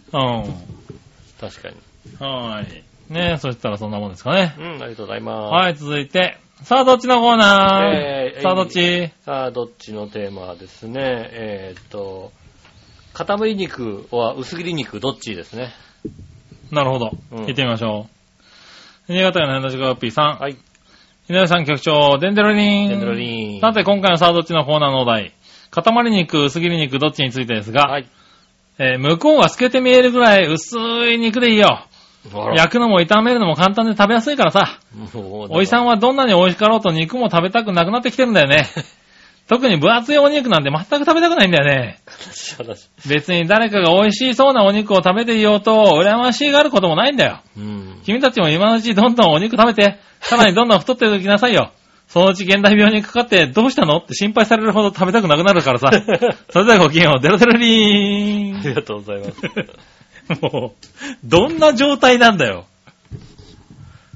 う確かに。ん。はい。ねそしたらそんなもんですかね。うん、ありがとうございます。い。はい、続いて。さあ、どっちのコーナー、えーさあ、どっちさあ、どっちのテーマはですね、えーっと、塊肉は薄切り肉、どっちですね。なるほど。うん行ってみましょう。新潟県の変な時間ピーさん。はい。ひなさん局長、デンデロリン。デンドロリン。さて、今回のサードっちのコーナーのお題。塊肉、薄切り肉、どっちについてですが、はい。えー向こうが透けて見えるぐらい薄い肉でいいよ。あら焼くのも炒めるのも簡単で食べやすいからさ。もうおじさんはどんなに美味しかろうと肉も食べたくなくなってきてるんだ (laughs) よね。特に分厚いお肉なんて全く食べたくないんだ (laughs) よね。話話別に誰かが美味しそうなお肉を食べていようと、羨ましがることもないんだよ。うん。君たちも今のうちどんどんお肉食べて、さらにどんどん太っていきなさいよ。 (laughs) そのうち現代病にかかってどうしたのって心配されるほど食べたくなくな (laughs) るからさ。それではごきげんよう、デロデロリあーりン。 (laughs) がとうございます。もう、どんな状態なんだよ。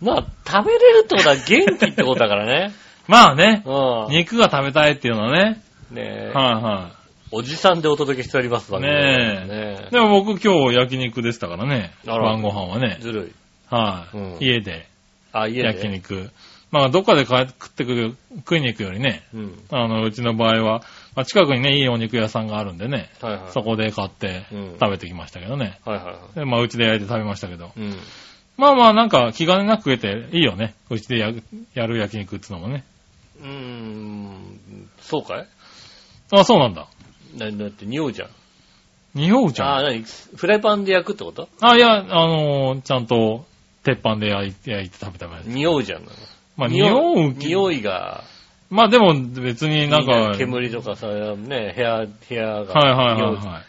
まあ、食べれるってことは元気ってことだから (laughs) ね。まあね、う肉が食べたいっていうのはね。ん。ねえ、はいはおじさんでお届けしておりますわねえねい。でも僕今日焼肉でしたからね。あら晩ご飯はね。ずるい。はい、うん家であ、家で。焼肉。まあどっかで買え食ってくる、食いに行くよりね。うん。あの、うちの場合は、まあ、近くにね、いいお肉屋さんがあるんでね。はいはい。そこで買ってうん食べてきましたけどね。はいはいはでまあ、うちで焼いて食べましたけど。い。うん。まあまあ、なんか気兼ねなく食えていいよね。うちでややる焼肉っつうのもね。うーん、そうかいあ、そうなんだ。な、だって匂うじゃん。匂うじあゃあ、ん。なにフライパンで焼くってことあ、いや、あのーちゃんと鉄板で焼いて焼いて食べたやつ。匂うじゃん。まあ、匂う気。匂いが、まあ、でも別になんか、煙とかさ、ね、部屋、部屋が。はいはいはい匂うはい。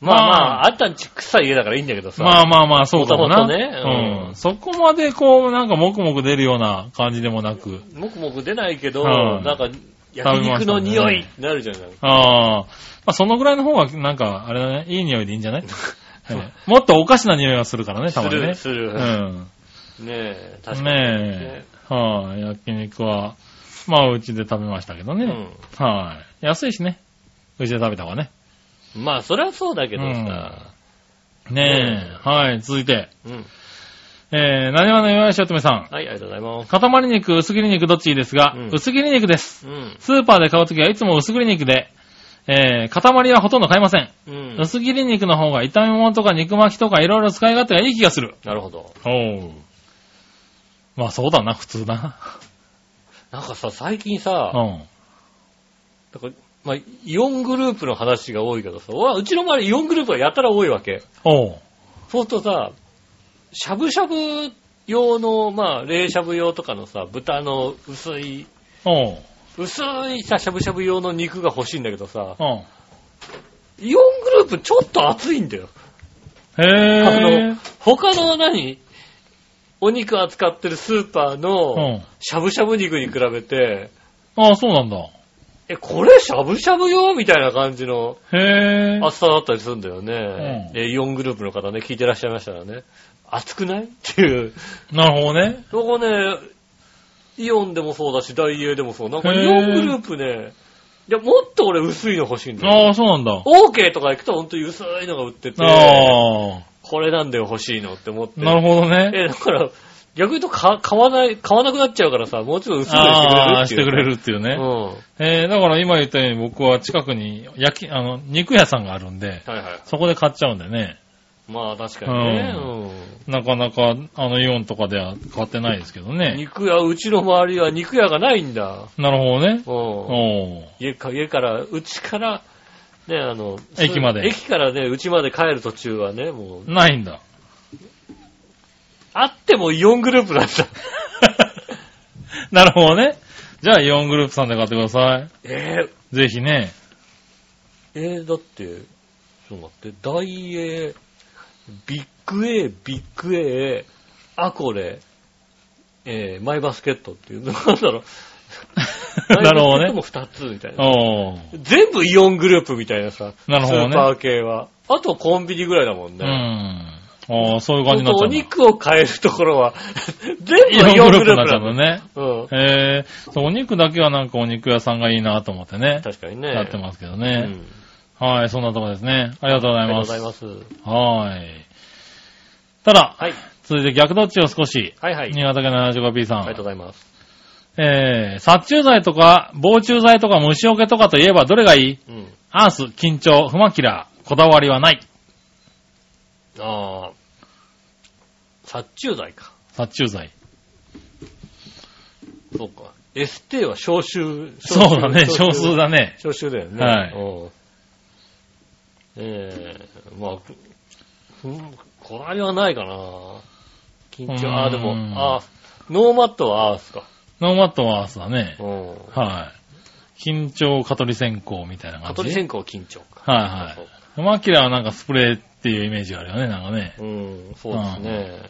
まあままあ、あったんち臭い家だからいいんだけどさ。まあまあまあ、そうかもな。もともとねうんうん。そこまでこう、なんかもくもく出るような感じでもなく。もくもく出ないけど、はいなんか、焼肉の匂いってなるじゃない。ああ。まあ、そのぐらいの方が、なんか、あれだね、いい匂いでいいんじ (laughs) ゃない、はいもっとおかしな匂いがするからね、すたまにねる、。する。うねん。え、確かに。ねえ。はい、焼肉は、まあ、うちで食べましたけどね。うんはい、安いしね。うちで食べた方がね。まあ、それはそうだけどさ。ねえ。はい、続いて。うん。えー、何話の岩井しおとめさん。はい、ありがとうございます。塊肉、薄切り肉、どっちいいですが、うん薄切り肉です。うん。スーパーで買うときはいつも薄切り肉で、えー、塊はほとんど買いません。うん。薄切り肉の方が炒め物とか肉巻きとかいろいろ使い勝手がいい気がする。なるほど。おう。まあそうだな、普通な。なんかさ、最近うさ、ん。だからまあ、イオングループの話が多いけどさ、うわうちの周りイオングループがやたら多いわけ。おう。そうするとさ、しゃぶしゃぶ用の、まあ、冷しゃぶ用とかのさ、豚の薄い、おう。薄いさ、しゃぶしゃぶ用の肉が欲しいんだけどさ、うん。イオングループちょっと熱いんだよ。へぇー。他の何お肉扱ってるスーパーうの、ん。しゃぶしゃぶ肉に比べて、ああ、そうなんだ。え、これしゃぶしゃぶ用みたいな感じの、へぇー。熱さだったりするんだよね。うんで、イオングループの方ね、聞いてらっしゃいましたらね、熱くないっていう。なるほどね。そこね、イオンでもそうだし、ダイエーでもそう。なんかへーイオングループね、いや、もっと俺薄いの欲しいんだよ。ああ、そうなんだ。オーケーとか行くと本当に薄いのが売ってて、ああ。これなんだよ欲しいのって思って。なるほどね。え、だから、逆に言うとか買わない、買わなくなっちゃうからさ、もうちょっと薄いあのあ、ししててくくれれるるっていうっていう。ね。うん。はえー、だから今言ったように僕は近くに焼き、あの、肉屋さんがあるんで、いはい。そこで買っちゃうんでね。まあ確かにね。ううんなかなか、あの、イオンとかでは買ってないですけどね。肉屋、うちの周りは肉屋がないんだ。なるほどね。うん。おー。家か、家から、うちから、ね、あの、駅まで駅からね、うちまで帰る途中はね、もう、ないんだ。あってもイオングループだ (laughs) った。なるほどね。じゃあ、イオングループさんで買ってください。え (laughs) ぜひね。えーだって、そうだって、大英、ビッグ A、ビッグ A、アコレ、えーマイバスケットっていう、 (laughs) なんだろう、なるほどね (laughs) も。2つみたいな。おー全部イオングループみたいなさ、なるほどねスーパー系は。あとコンビニぐらいだもんうね。ん。ああ、そういう感じになっちおゃうんだ。肉を買えるところ (laughs) は、全部イイオオンンググルーループプになっちなゃうんだ。んだね。うん。えー、そう、お肉だけはなんかお肉屋さんがいいなと思ってね。確かにね。やってますけどすね。はい、そんなとこですね。ありがとうござあいりがとうまごす。ざいます。はい。ただ、はい。続いて逆どっちを少し。はいはい。あり新潟県 75P さん。がとうございます。えー、殺虫剤とか、防虫剤とか虫除けとかといえばどれがいいうん。アース、緊張、フマキラー、こだわりはない。ああ、殺虫剤か。殺虫剤。そうか。ST は消臭。 (laughs) そうだね、少数だ。だね。消臭だよね。はいうんええまあ、ふんこだわりはないかな。緊うー張。んああ、でも、ああ、ノーマットはああすか。ノーマットはアースだねう。ん。はい。緊張、蚊取り線香みたいなカ感トリじ。線香緊張か。はいはいそうフマキラーはなんかスプレーっていうイメージがあるよね、なんかね。そううん、そうですね。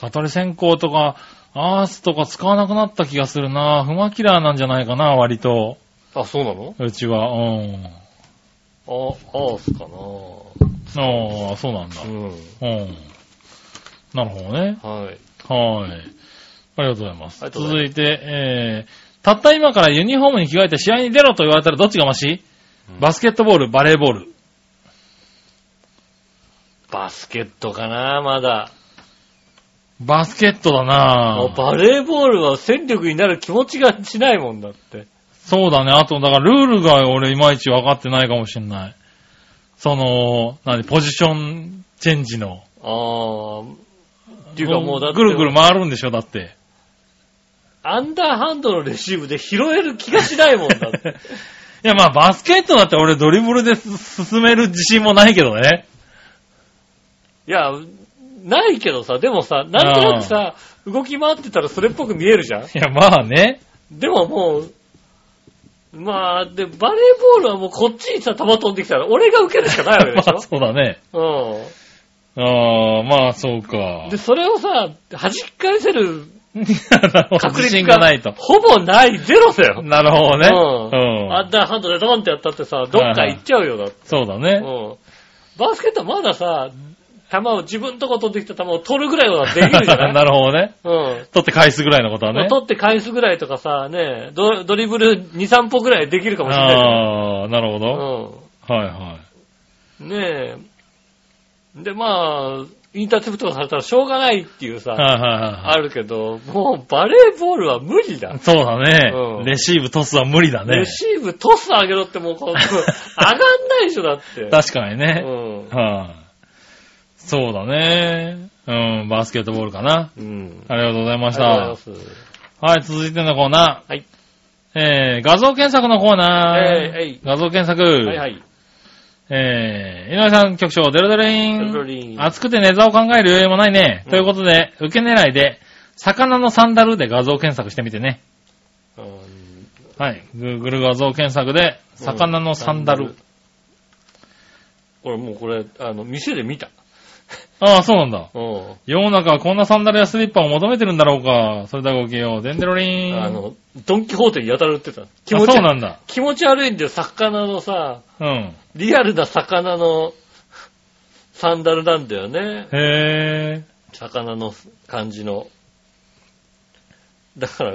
蚊取り線香とか、アースとか使わなくなった気がするな。フマキラーなんじゃないかな、割と。あ、そうなのうちは。うん。あ、ああすかな。ああ、そうなんだ。うん。うん。なるほどね。はい。はい。ありがとうございます。ありがとうござ続いて、えー、たった今からユニフォームに着替えて試合に出ろと言われたらどっちがマシ、うんバスケットボール、バレーボール。バスケットかな、まだ。バスケットだもなうぁ。バレーボールは戦力になる気持ちがしないもんだって。そうだね。あと、だからルールが俺いまいち分かってないかもしんない。その、何、ポジションチェンジの。ああ。っていうかもうだって、ぐるぐる回るんでしょ、だって。アンダーハンドのレシーブで拾える気がしないもんだって。いや、まあ、バスケットだって俺ドリブルです進める自信もないけどね。 (laughs) いや、ないけどさ、でもさ、なんとなくさ、動き回ってたらそれっぽく見えるじゃんいや、まあね。でももう、まあ、で、バレーボールはもうこっちにさ、球飛んできたら、俺が受けるしかないわけでし (laughs) まあ、そうだね。ょああ、まあ、そうかうん。で、。それをさ、弾き返せる (laughs) 確確率信がないと。ほぼない、ゼロだよ。なるほどね。うん。アうん。ンダーハンドでドーンってやったってさ、どっか行っちゃうよ、だって。そうだうね。ん。バスケットはまださ、球を、自分とこ飛んできた球を取るぐらいはできるじゃない (laughs) なるほどね。うん。取って返すぐらいのことはまあね。取って返すぐらいとかさ、ねド、ドリブル2、3歩ぐらいできるかもしれないじゃない。ああ、なるほど。はいはうん。ねえ。で、まあ、インターセプトがされたらしょうがないっていうい。さ、はいはいあはるけど、もうバレーボールは無理だい。。そうだうね。んレシーブトスは無理だねレ。シーブトス上げろってもう (laughs) こう、上がんないでしょ、だって。確かにね。うん。はい。そうだね。うん、バスケットボールかな。うん。ありがとうございましありがた。とうございます。はい、続いてのコーナー。はい。えー、画像検索のコーナー。えーえい画像検索。はいはい。えー、井上さん局長、デロデリン。デロデリン暑くてネタを考える余裕もないね。うんということで、受け狙いで、魚のサンダルで画像検索してみてね。うんはい。Google 画像検索で、魚のサンダル。。俺もうこれ、あの、店で見た。ああ、そうなんだ。うん。世の中はこんなサンダルやスリッパを求めてるんだろうか。それではごきげんよう。デンデロリン。あの、ドンキホーテにやたら売ってた。気持あちそ悪い。うなんだ。気持ち悪いんだよ、魚のさ、うん。リアルな魚のサンダルなんだよね。へえ。魚の感じの。だから、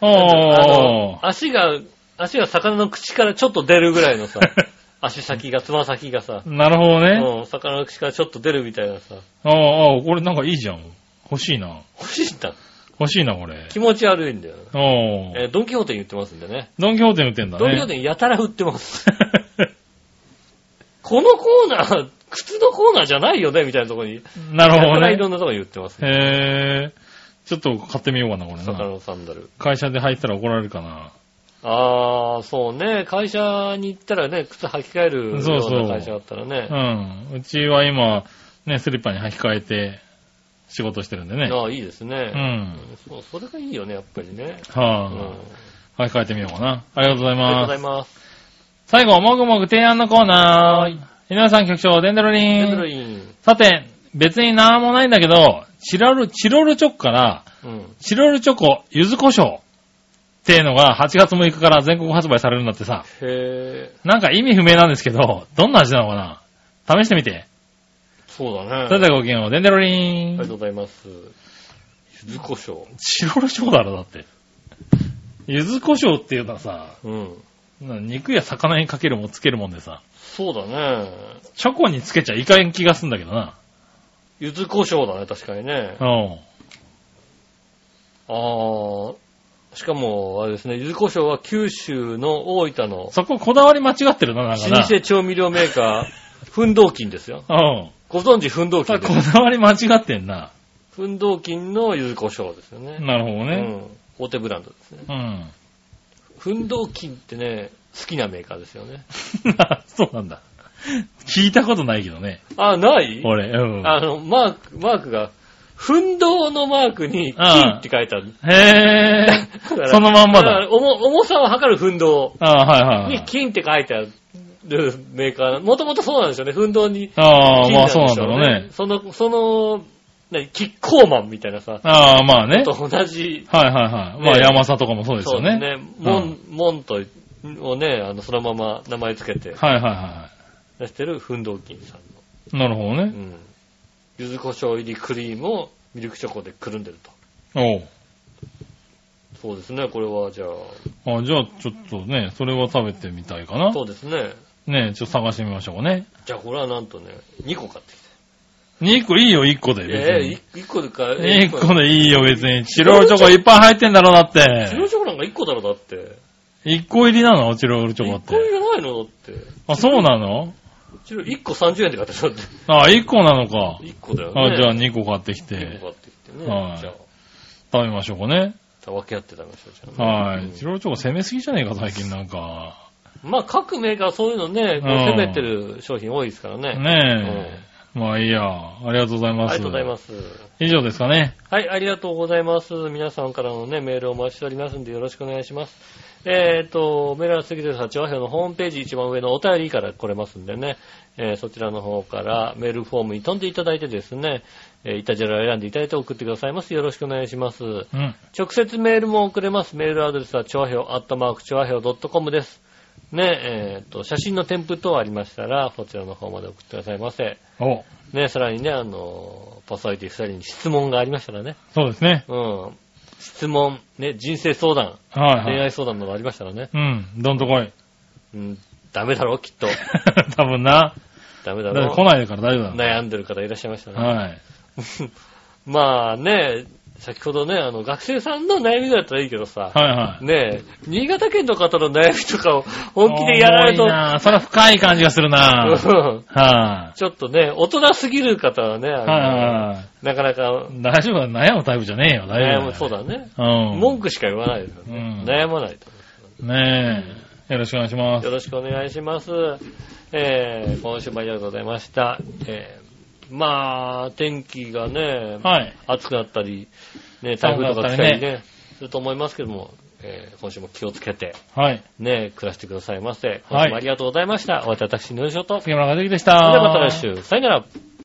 ああ。あの足が、足が魚の口からちょっと出るぐらい (laughs) のさ、足先が、つま先がさ、 (laughs) なるほどね。うん、魚の口からちょっと出るみたいなさ、ああ、ああこれなんかいいじゃん。欲しいな。欲しいんだ。欲しいな、これ。気持ち悪いんだよ。ああ。えードンキホーテに売ってますんでね。ドンキホーテに売ってんだね。ドンキホーテにやたら売ってます。 (laughs) このコーナー、 (laughs) 靴のコーナーじゃないよねみたいなところに。 (laughs) なるほやどたらいろね。んなところに売ってます。へー。ちょっと買ってみようかな、これ魚な。のサンダル。会社で入ったら怒られるかな。あー、そうね。会社に行ったらね、靴履き替えるそうよそううな会社だったらね。うん。うちは今、ね、スリッパに履き替えて仕事してるんでね。ああ、いいですね。うん。そう、それがいいよね、やっぱりね。うん。はああ、履き替えてみようかな。ありがとうございりがとうごまざいす。ます。最後、もぐもぐ提案のコーナはー。い皆さん局長、デンドロリペン。ドロイン。さて、別になんもないんだけど、チロル、チロルチョコから、うん。チロルチョコ、柚子胡椒っていうのが8月6日から全国発売されるんだってさ、へぇなんか意味不明なんですけど、どんな味なのかな試してみて。そうだね。それではごきげんよう、デンデロリありがとン。うございます。柚子胡椒。チロルチョコだろ、だって。柚子胡椒っていうのはさ、うん。な肉や魚にかけるもんつけるもんでさ、そうだね。チョコにつけちゃいかん気がすんだけどな。柚子胡椒だね、確かにね。うん。あー。しかも、あれですね、柚子胡椒は九州の大分のそここだわり間違ってるな、なんか老な。舗調味料メーカ (laughs) ー、奮闘金ですよ。うん。ご存知奮闘た金だでこす。だわり間違ってんな。奮闘金の柚子胡椒ですよね。なるほどね。うん。大手ブランドですね。うん。 (laughs) 奮闘金ってね、好きなメーカーですよね。そうなんだ。聞いたことないけどね。あ、ない俺、うん。あの、マーク、マークが、奮闘のマークに金って書いてある。へ (laughs) ぇだからそのまんまだかだ。ら重重さを測る奮闘あーはいはいはにい。金って書いてあるメーカー。もともとそうなんですよね。奮闘にああ、金まあでしそうょなんだろうね。その、その、何、キッコーマンみたいなさ、ああ、まあね。はいと同じ、はいはい。まあね山さとかもそうですよね。ね。モン、モンと、をね、あの、そのまま名前つけてはいはいは出してる奮闘金さんの。い。なるほどうね。ん。柚子胡椒入りクリームをミルクチョコでくるんでると。おうそうですね、これはじゃあ、あじゃあちょっとね、それは食べてみたいかな。そうですね。ねちょっと探してみましょうね。じゃあこれはなんとね、2個買ってき2個いいよ、1個で。て。別えに。え、1個でか、 1チ個でいいよ、別に。チロルチョコいっぱい入ってんだろ、だって。ロルチョコなんか1個だろ、だって。 1個入りなのチロルチョコっ1個いて。らないのだって。あ、そうなのチロ1個30円で買ってたって。あ、1個なのか。 1個だよね。あ、じゃあ2個買ってき2て個買ってきてね。はいじゃあ、食べましょうかね。じゃあ分け合って食べましょう、じゃあねはうい。んチロルチョコ攻めすぎじゃねえか、最近なんか。まあ、各メーカーそういうのね、こううん攻めてる商品多いですからね。ねえ。まあいいや。ありがとうございあまりす。。がとうございますす。以上ですかね。はい、ありがとうございます。皆さんからのね、メールをお待ちしておりますんで、よろしくお願いします。えっ、と、メールは杉田さん、和平のホームページ一番上のお便りから来れますんでね、えーそちらの方からメールフォームに飛んでいただいてですね、えー、イタジェラを選んでいただいて送ってくださいます。よろしくお願いします。うん。直接メールも送れます。メールアドレスは、長平アットマーク、長平 .com です。ね、えっ、と、写真の添付等ありましたら、そちらの方まで送ってくださいませ。お、ね、さらにね、あの、パーソナリティ2人に質問がありましたらね、そうですね。うん。質問、ね、人生相談、は恋いはい。愛相談などありましたらね、うん。どんと来い。 (laughs) うん、ダメだろ、きっと。多分な。ダメだだって来ろ。ないから大丈夫だ。悩んでる方いらっしゃいましたね。はい。まあね、先ほどね、あの、学生さんの悩みだったらいいけどさ、はいはい。ねえ、新潟県の方の悩みとかを本気でやられる重いと、なそれは深い感じがする (laughs) なぁ。うんはちょっとね、大人すぎる方はね、い。あのはいはい。なかなか大丈夫だ。悩むタイプじゃねえよ。大悩丈夫む、そうだよ。だね。うん。文句しか言わないですよね。うん悩まないと。ねえ。よろしくお願いしますよ。ろしくお願いします。えー、今週もありがとうございました。えー、まあ、天気がね、はい。暑くなったり、ね、台寒く風なとったりねか来たりね、すると思いますけども、えー、今週も気をつけて、はい。ね、暮らしてくださいませ。今週もありがとうございました。お会いいたい私、井上翔と。それ杉村和之でした。ではまた来週。さよなら。